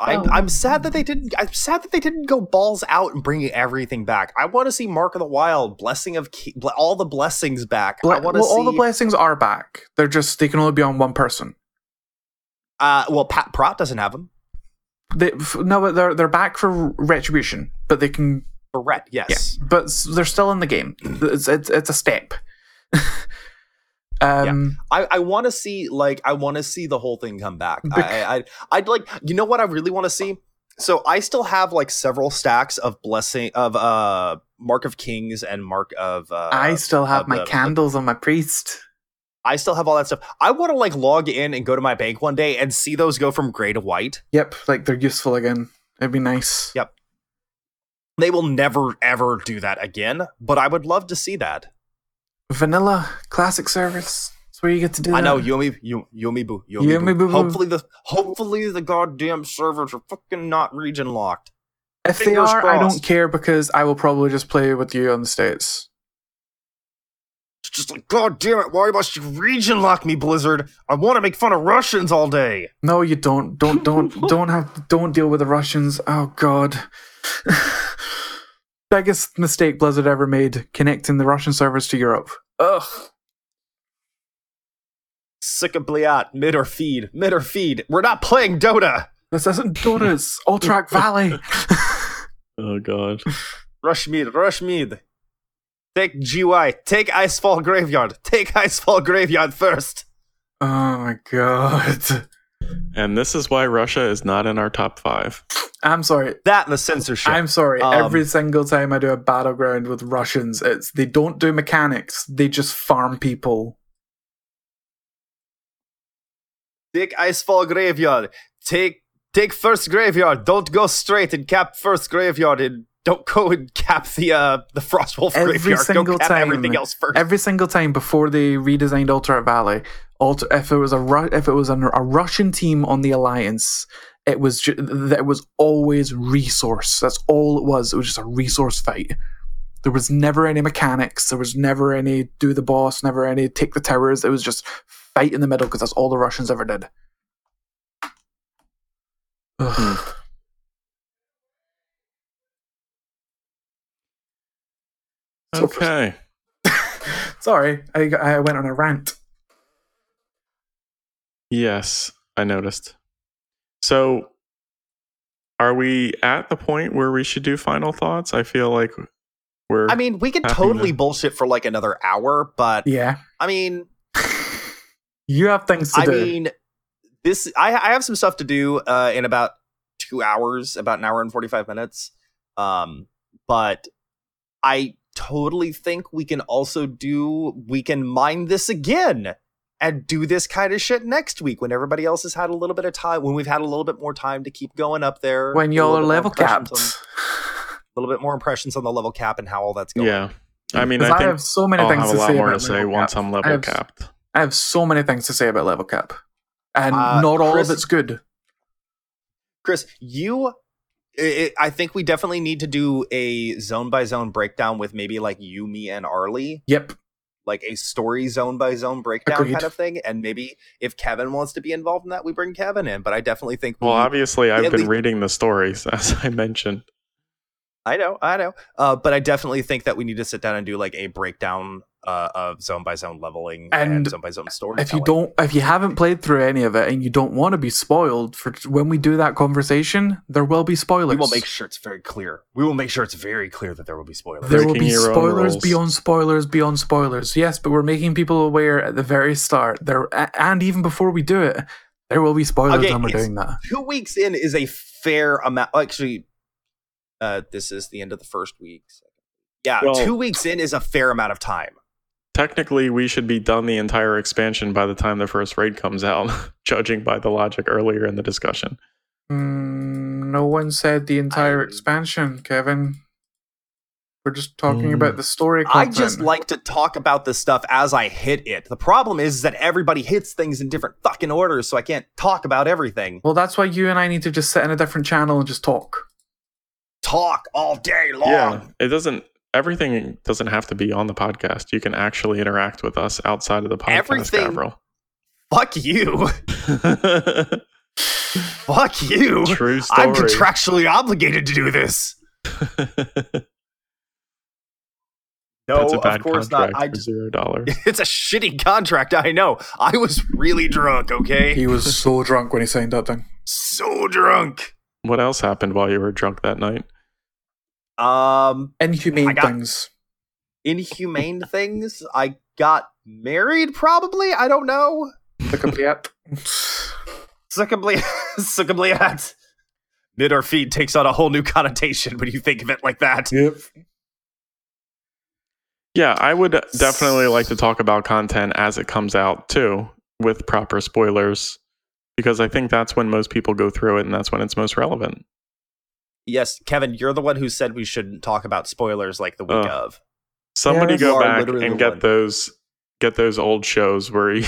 S4: I'm,
S3: Oh.
S4: I'm sad that they didn't. I'm sad that they didn't go balls out and bring everything back. I want to see Mark of the Wild, Blessing of Ki- ble- all the blessings back. I
S3: Ble- well,
S4: want to see
S3: all the blessings are back. They're just, they can only be on one person.
S4: uh, well, Pat Pratt doesn't have them.
S3: They, f- no, but they're, they're back for retribution, but they can,
S4: Barrett, yes.
S3: but s- they're still in the game. It's, it's, it's a step. um,
S4: I, I want to see like I want to see the whole thing come back. I,
S3: Bec-
S4: I I'd- I'd like you know what I really want to see. So I still have like several stacks of blessing of uh Mark of Kings and Mark of uh,
S3: I still have
S4: of
S3: my
S4: the-
S3: candles on my priest.
S4: I still have all that stuff. I want to like log in and go to my bank one day and see those go from gray to white.
S3: Yep, like they're useful again. It'd be nice.
S4: Yeah. They will never ever do that again, but I would love to see that.
S3: Vanilla, classic service. That's where you get to do
S4: I
S3: that.
S4: know Yumi, you, Yumi Boo, Yumi,
S3: Yumi
S4: boo.
S3: Boo Boo.
S4: Hopefully the hopefully the goddamn servers are fucking not region locked.
S3: If they
S4: Fingers
S3: are, I don't
S4: crossed.
S3: care because I will probably just play with you on the states.
S4: It's just like god damn it, why must you region lock me, Blizzard? I want to make fun of Russians all day.
S3: No, you don't. Don't don't don't have don't deal with the Russians. Oh god. Biggest mistake Blizzard ever made connecting the Russian servers to Europe. Ugh.
S4: Sick of Bliat, mid or feed, mid or feed. We're not playing Dota.
S3: This isn't Dota, it's Alterac Valley.
S2: Oh god.
S4: Rush mid, rush mid. Take GY, take Icefall Graveyard, take Icefall Graveyard first.
S3: Oh my god.
S2: And this is why Russia is not in our top five.
S3: I'm sorry.
S4: That and the censorship.
S3: I'm sorry.
S4: Um,
S3: Every single time I do a battleground with Russians, it's they don't do mechanics. They just farm people.
S4: Take Icefall Graveyard. Take take first graveyard. Don't go straight and cap first graveyard and don't go and cap the uh the Frostwolf
S3: Every
S4: graveyard. go
S3: single
S4: cap
S3: time.
S4: everything else first.
S3: Every single time before they redesigned Alternate Valley, alter, if it was a Ru- if it was an, a Russian team on the Alliance, it was ju- that was always resource. That's all it was. It was just a resource fight. There was never any mechanics. There was never any do the boss. Never any take the towers. It was just fight in the middle because that's all the Russians ever did. Ugh. So first-
S2: Okay.
S3: Sorry, I, got- I went on a rant.
S2: Yes, I noticed. So, are we at the point where we should do final thoughts? I feel like we're.
S4: I mean, we could
S2: Happy
S4: totally
S2: to-
S4: bullshit for like another hour, but
S3: Yeah.
S4: I mean,
S3: You have things to
S4: I
S3: do.
S4: mean, this I, I have some stuff to do uh, in about two hours, about an hour and forty five minutes. Um, but I totally think we can also do we can mine this again and do this kind of shit next week when everybody else has had a little bit of time when we've had a little bit more time to keep going up there
S3: when
S4: do a
S3: y'all
S4: little
S3: are
S4: bit
S3: level
S4: more impressions
S3: capped.
S4: on- a little bit more impressions on the level cap and how all that's going
S2: yeah. I mean,
S3: 'Cause
S2: I
S3: I,
S2: think
S3: have so many
S2: I'll
S3: things
S2: have a
S3: to
S2: lot
S3: say
S2: more to
S3: about
S2: say
S3: level
S2: once
S3: cap.
S2: I'm
S3: I
S2: level
S3: have-
S2: capped.
S3: I have so many things to say about level cap, and
S4: Uh,
S3: not all
S4: Chris-
S3: of it's good.
S4: Chris, you, i I I think we definitely need to do a zone by zone breakdown with maybe like you, me, and Arlie,
S3: Yep.
S4: like a story zone by zone breakdown
S3: Agreed.
S4: kind of thing. And maybe if Kevin wants to be involved in that, we bring Kevin in. But I definitely think we
S2: Well, obviously, I've
S4: at
S2: been
S4: least-
S2: reading the stories as I mentioned.
S4: I know, I know. Uh, but I definitely think that we need to sit down and do like a breakdown uh, of zone by zone leveling and,
S3: And
S4: zone by zone story.
S3: If you don't, if you haven't played through any of it, and you don't want to be spoiled for when we do that conversation, there will be spoilers.
S4: we will make sure it's very clear. We will make sure it's very clear that there will be spoilers.
S3: there will
S2: breaking
S3: be
S2: your own
S3: spoilers
S2: rules.
S3: beyond spoilers beyond spoilers. Yes, but we're making people aware at the very start. There a- and even before we do it, there will be spoilers
S4: Okay,
S3: when we're
S4: it's-
S3: doing that.
S4: two weeks in is a fair amount. Actually, uh, this is the end of the first week. so- Yeah,
S2: Well-
S4: two weeks in is a fair amount of time.
S2: Technically, we should be done the entire expansion by the time the first raid comes out, judging by the logic earlier in the discussion.
S3: Mm, no one said the entire
S4: I-
S3: expansion, Kevin. We're just talking
S2: Mm.
S3: about the story.
S4: I
S3: Content.
S4: just like to talk about this stuff as I hit it. The problem is that everybody hits things in different fucking orders, so I can't talk about everything.
S3: Well, that's why you and I need to just sit in a different channel and just talk.
S4: Talk all day long.
S2: Yeah, it doesn't. Everything doesn't have to be on the podcast. You can actually interact with us outside of the podcast,
S4: Everything- Fuck you.
S2: Gavril.
S4: Fuck you.
S2: True story.
S4: I'm contractually obligated to do this. No,
S2: That's a bad
S4: of course
S2: contract
S4: not. I
S2: for zero dollars.
S4: it's a shitty contract. I know. I was really drunk. Okay,
S3: He was so drunk when he signed that thing.
S4: so drunk.
S2: what else happened while you were drunk that night?
S4: Um, I
S3: Inhumane
S4: got-
S3: things.
S4: inhumane things. I got married, probably. I don't know.
S3: Look up yet.
S4: Succubly, succubly at mid or feed takes on a whole new connotation when you think of it like that.
S3: Yep.
S2: Yeah, I would definitely like to talk about content as it comes out too, with proper spoilers, because I think that's when most people go through it, and that's when it's most relevant.
S4: Yes, Kevin, you're the one who said we shouldn't talk about spoilers like the week
S2: Uh.
S4: of.
S2: Somebody
S3: Yes. You
S2: go
S4: are
S2: back
S4: literally
S2: and
S4: the
S2: get
S4: one.
S2: those get those old shows where you,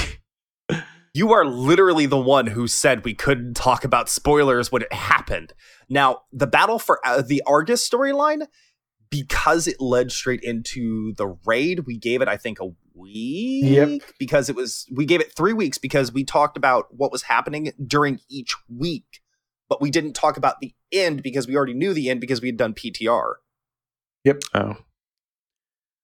S4: You are literally the one who said we couldn't talk about spoilers when it happened. Now, the battle for uh, the Argus storyline, because it led straight into the raid, we gave it, I think, a week.
S3: Yep.
S4: Because it was, we gave it three weeks because we talked about what was happening during each week, but we didn't talk about the end because we already knew the end because we had done PTR.
S2: oh,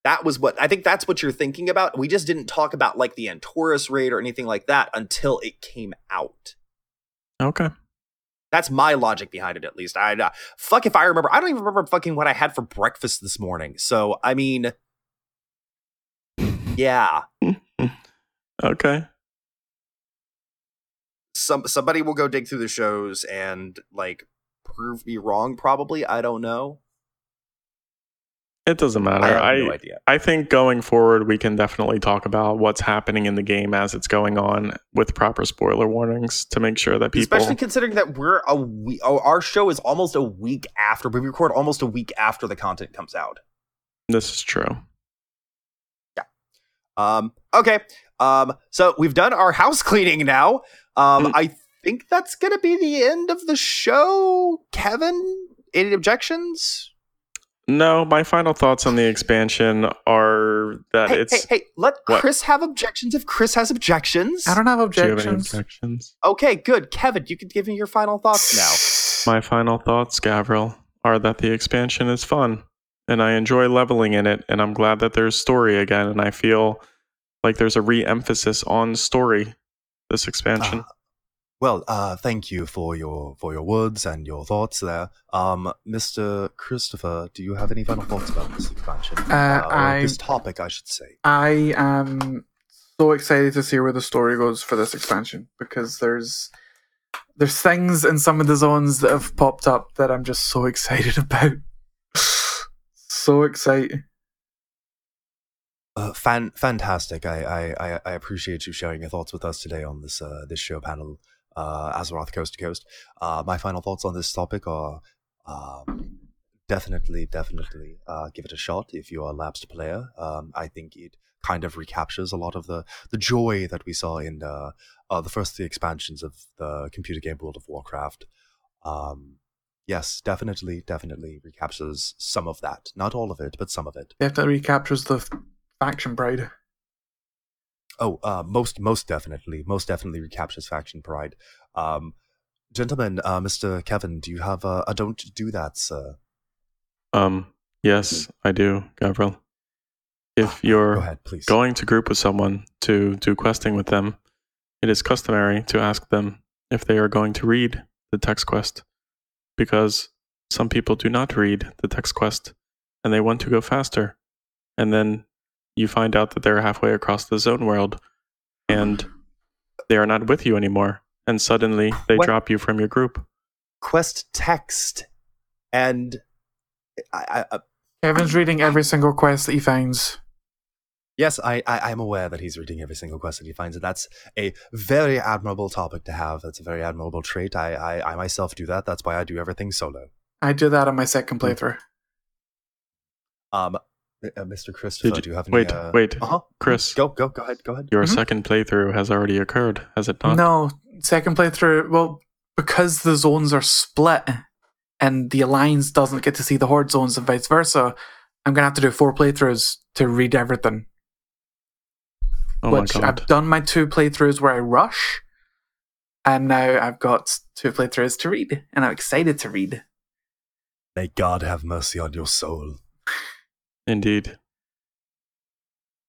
S4: That was what I think that's what you're thinking about. We just didn't talk about like the Antorus raid or anything like that until it came out.
S2: okay.
S4: That's my logic behind it, at least. I uh, fuck if I remember. I don't even remember fucking what I had for breakfast this morning. So I mean, yeah.
S2: Okay.
S4: some somebody will go dig through the shows and like prove me wrong. Probably, I don't know.
S2: It doesn't matter.
S4: I have
S2: I,
S4: no idea.
S2: I think going forward, we can definitely talk about what's happening in the game as it's going on with proper spoiler warnings to make sure that people.
S4: Especially considering that we're a we- oh, our show is almost a week after we record almost a week after the content comes out.
S2: this is true.
S4: Um, okay. Um, so we've done our house cleaning now. Um,
S2: Mm.
S4: I think that's gonna be the end of the show. Kevin, any objections?
S2: No, my final thoughts on the expansion are that
S4: Hey,
S2: it's.
S4: hey, hey, let
S2: What?
S4: Chris have objections if Chris has objections.
S3: I don't have
S2: Do you have any
S3: objections.
S2: objections?
S4: okay, good. Kevin, you can give me your final thoughts now.
S2: My final thoughts, Gavril, are that the expansion is fun and I enjoy leveling in it, and I'm glad that there's story again, and I feel like there's a re emphasis on story this expansion.
S1: Well, uh, thank you for your for your words and your thoughts there, um, Mr. Christopher. Do you have any final thoughts about this expansion?
S3: Uh,
S1: or
S3: I-
S1: this topic, I should say.
S3: I am so excited to see where the story goes for this expansion because there's there's things in some of the zones that have popped up that I'm just so excited about. so excited.
S1: Uh, fan- fantastic. I, I, I, I appreciate you sharing your thoughts with us today on this uh, this show panel, uh, Azeroth Coast to Coast. Uh, my final thoughts on this topic are um, definitely, definitely uh, give it a shot if you are a lapsed player. Um, I think it kind of recaptures a lot of the, the joy that we saw in uh, uh, the first three expansions of the computer game World of Warcraft. Um, yes, definitely, definitely recaptures some of that. Not all of it, but some of it.
S3: Definitely recaptures the f- faction pride.
S1: Oh, uh, most most definitely, most definitely recaptures faction pride. Um, gentlemen, uh, Mister Kevin, do you have uh, a don't do that, sir?
S2: Um, yes, I do, Gavril. If
S1: Mm-hmm. Ah, Go
S2: you're
S1: ahead, please.
S2: going to group with someone to do questing with them, it is customary to ask them if they are going to read the text quest because some people do not read the text quest and they want to go faster. And then you find out that they're halfway across the zone world and
S1: Mm-hmm.
S2: they are not with you anymore. And suddenly they
S4: What?
S2: drop you from your group.
S4: Quest text, and I,
S1: uh,
S4: I, I
S3: Kevin's reading every single quest that he finds.
S1: Yes, I, I I'm aware that he's reading every single quest that he finds, and that's a very admirable topic to have. That's a very admirable trait. I I, I myself do that. That's why I do everything solo.
S3: I do that on my second playthrough.
S1: Um, uh, Mister Christopher,
S2: Did
S1: do
S2: you,
S1: you have any?
S2: wait,
S1: uh,
S2: wait,
S1: Uh-huh.
S2: Chris,
S1: Go go go ahead. Go ahead.
S2: your
S3: Mhm.
S2: second playthrough has already occurred, has it not?
S3: No, second playthrough. Well, because the zones are split and the alliance doesn't get to see the horde zones and vice versa, I'm gonna have to do four playthroughs to read everything.
S2: Oh my
S3: which
S2: god.
S3: I've done my two playthroughs where I rush, and now I've got two playthroughs to read, and I'm excited to read.
S1: May God have mercy on your soul,
S2: Indeed.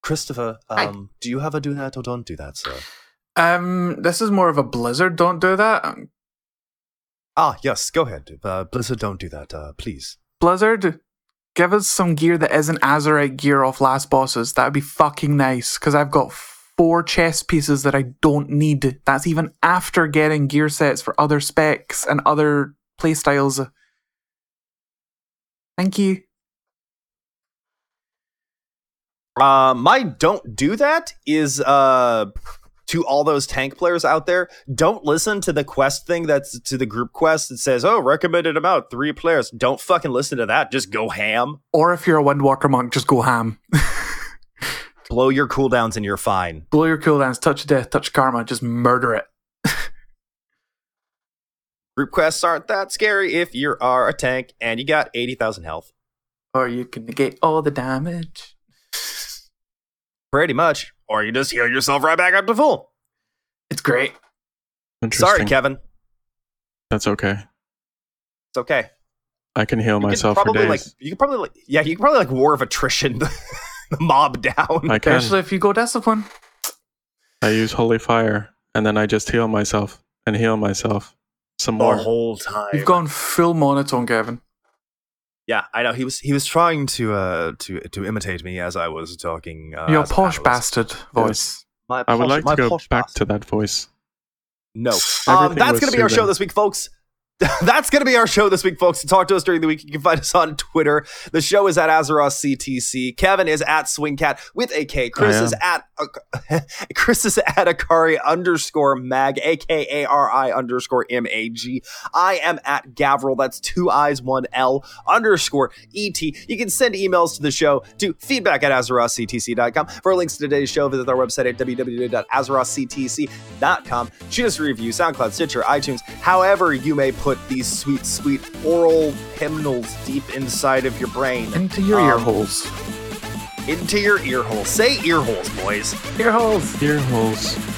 S1: Christopher.
S3: Hi.
S1: Um, do you have a do that or don't do that, sir?
S3: Um, this is more of a Blizzard. Don't do that. Um,
S1: Ah, yes, go ahead. Uh, Blizzard, don't do that, uh, please.
S3: Blizzard, give us some gear that isn't Azerite gear off last bosses. That would be fucking nice because I've got four chess pieces that I don't need. That's even after getting gear sets for other specs and other playstyles. Thank you.
S4: Uh, my don't do that is uh to all those tank players out there. Don't listen to the quest thing that's to the group quest that says, "Oh, recommended amount three players." Don't fucking listen to that. Just go ham,
S3: Or if you're a Windwalker monk, just go ham.
S4: blow your cooldowns, and you're fine.
S3: blow your cooldowns, touch death, touch karma, just murder it.
S4: Group quests aren't that scary if you are a tank and you got eighty thousand health.
S3: Or you can negate all the damage.
S4: Pretty much, or you just heal yourself right back up to full.
S3: It's great.
S4: Sorry,
S2: Interesting.
S4: Kevin.
S2: That's okay.
S4: It's okay.
S2: I can heal
S4: You could
S2: myself for
S4: probably
S2: days.
S4: like you could probably like yeah you could probably like war of attrition the, the mob down.
S2: I can.
S3: Especially if you go discipline.
S2: I use holy fire, and then I just heal myself and heal myself some more.
S4: whole time.
S3: You've gone full monotone, Gavin.
S4: Yeah, I know. He was he was trying
S1: Trying to uh to to imitate me as I was talking. Uh,
S3: Your
S1: as a
S3: posh
S1: panelist.
S3: bastard voice.
S1: My
S2: I would
S1: posh-
S2: like
S1: my
S2: to go
S1: posh
S2: back
S1: bastard.
S2: to that voice.
S4: No. Um,
S2: Everything
S4: that's
S2: was
S4: going to be our show
S2: soothing.
S4: this week, folks. that's going to be our show this week, folks. To talk to us during the week, you can find us on Twitter. The show is at Azeroth CTC. Kevin is at Swingcat with a K. Chris
S2: I
S4: is at Chris is at Akari underscore mag, A K A R I underscore M A G. I am at Gavril. That's two eyes, one L underscore ET. You can send emails to the show to feedback at AzerothCTC.com. For links to today's show, visit our website at www.azerothctc.com. Shoot us a review, SoundCloud, Stitcher, iTunes, however you may put these sweet, sweet oral hymnals deep inside of your brain,
S3: Into your
S4: Um,
S3: ear holes.
S4: into your ear holes. Say ear holes, boys.
S3: Ear holes.
S2: Ear holes.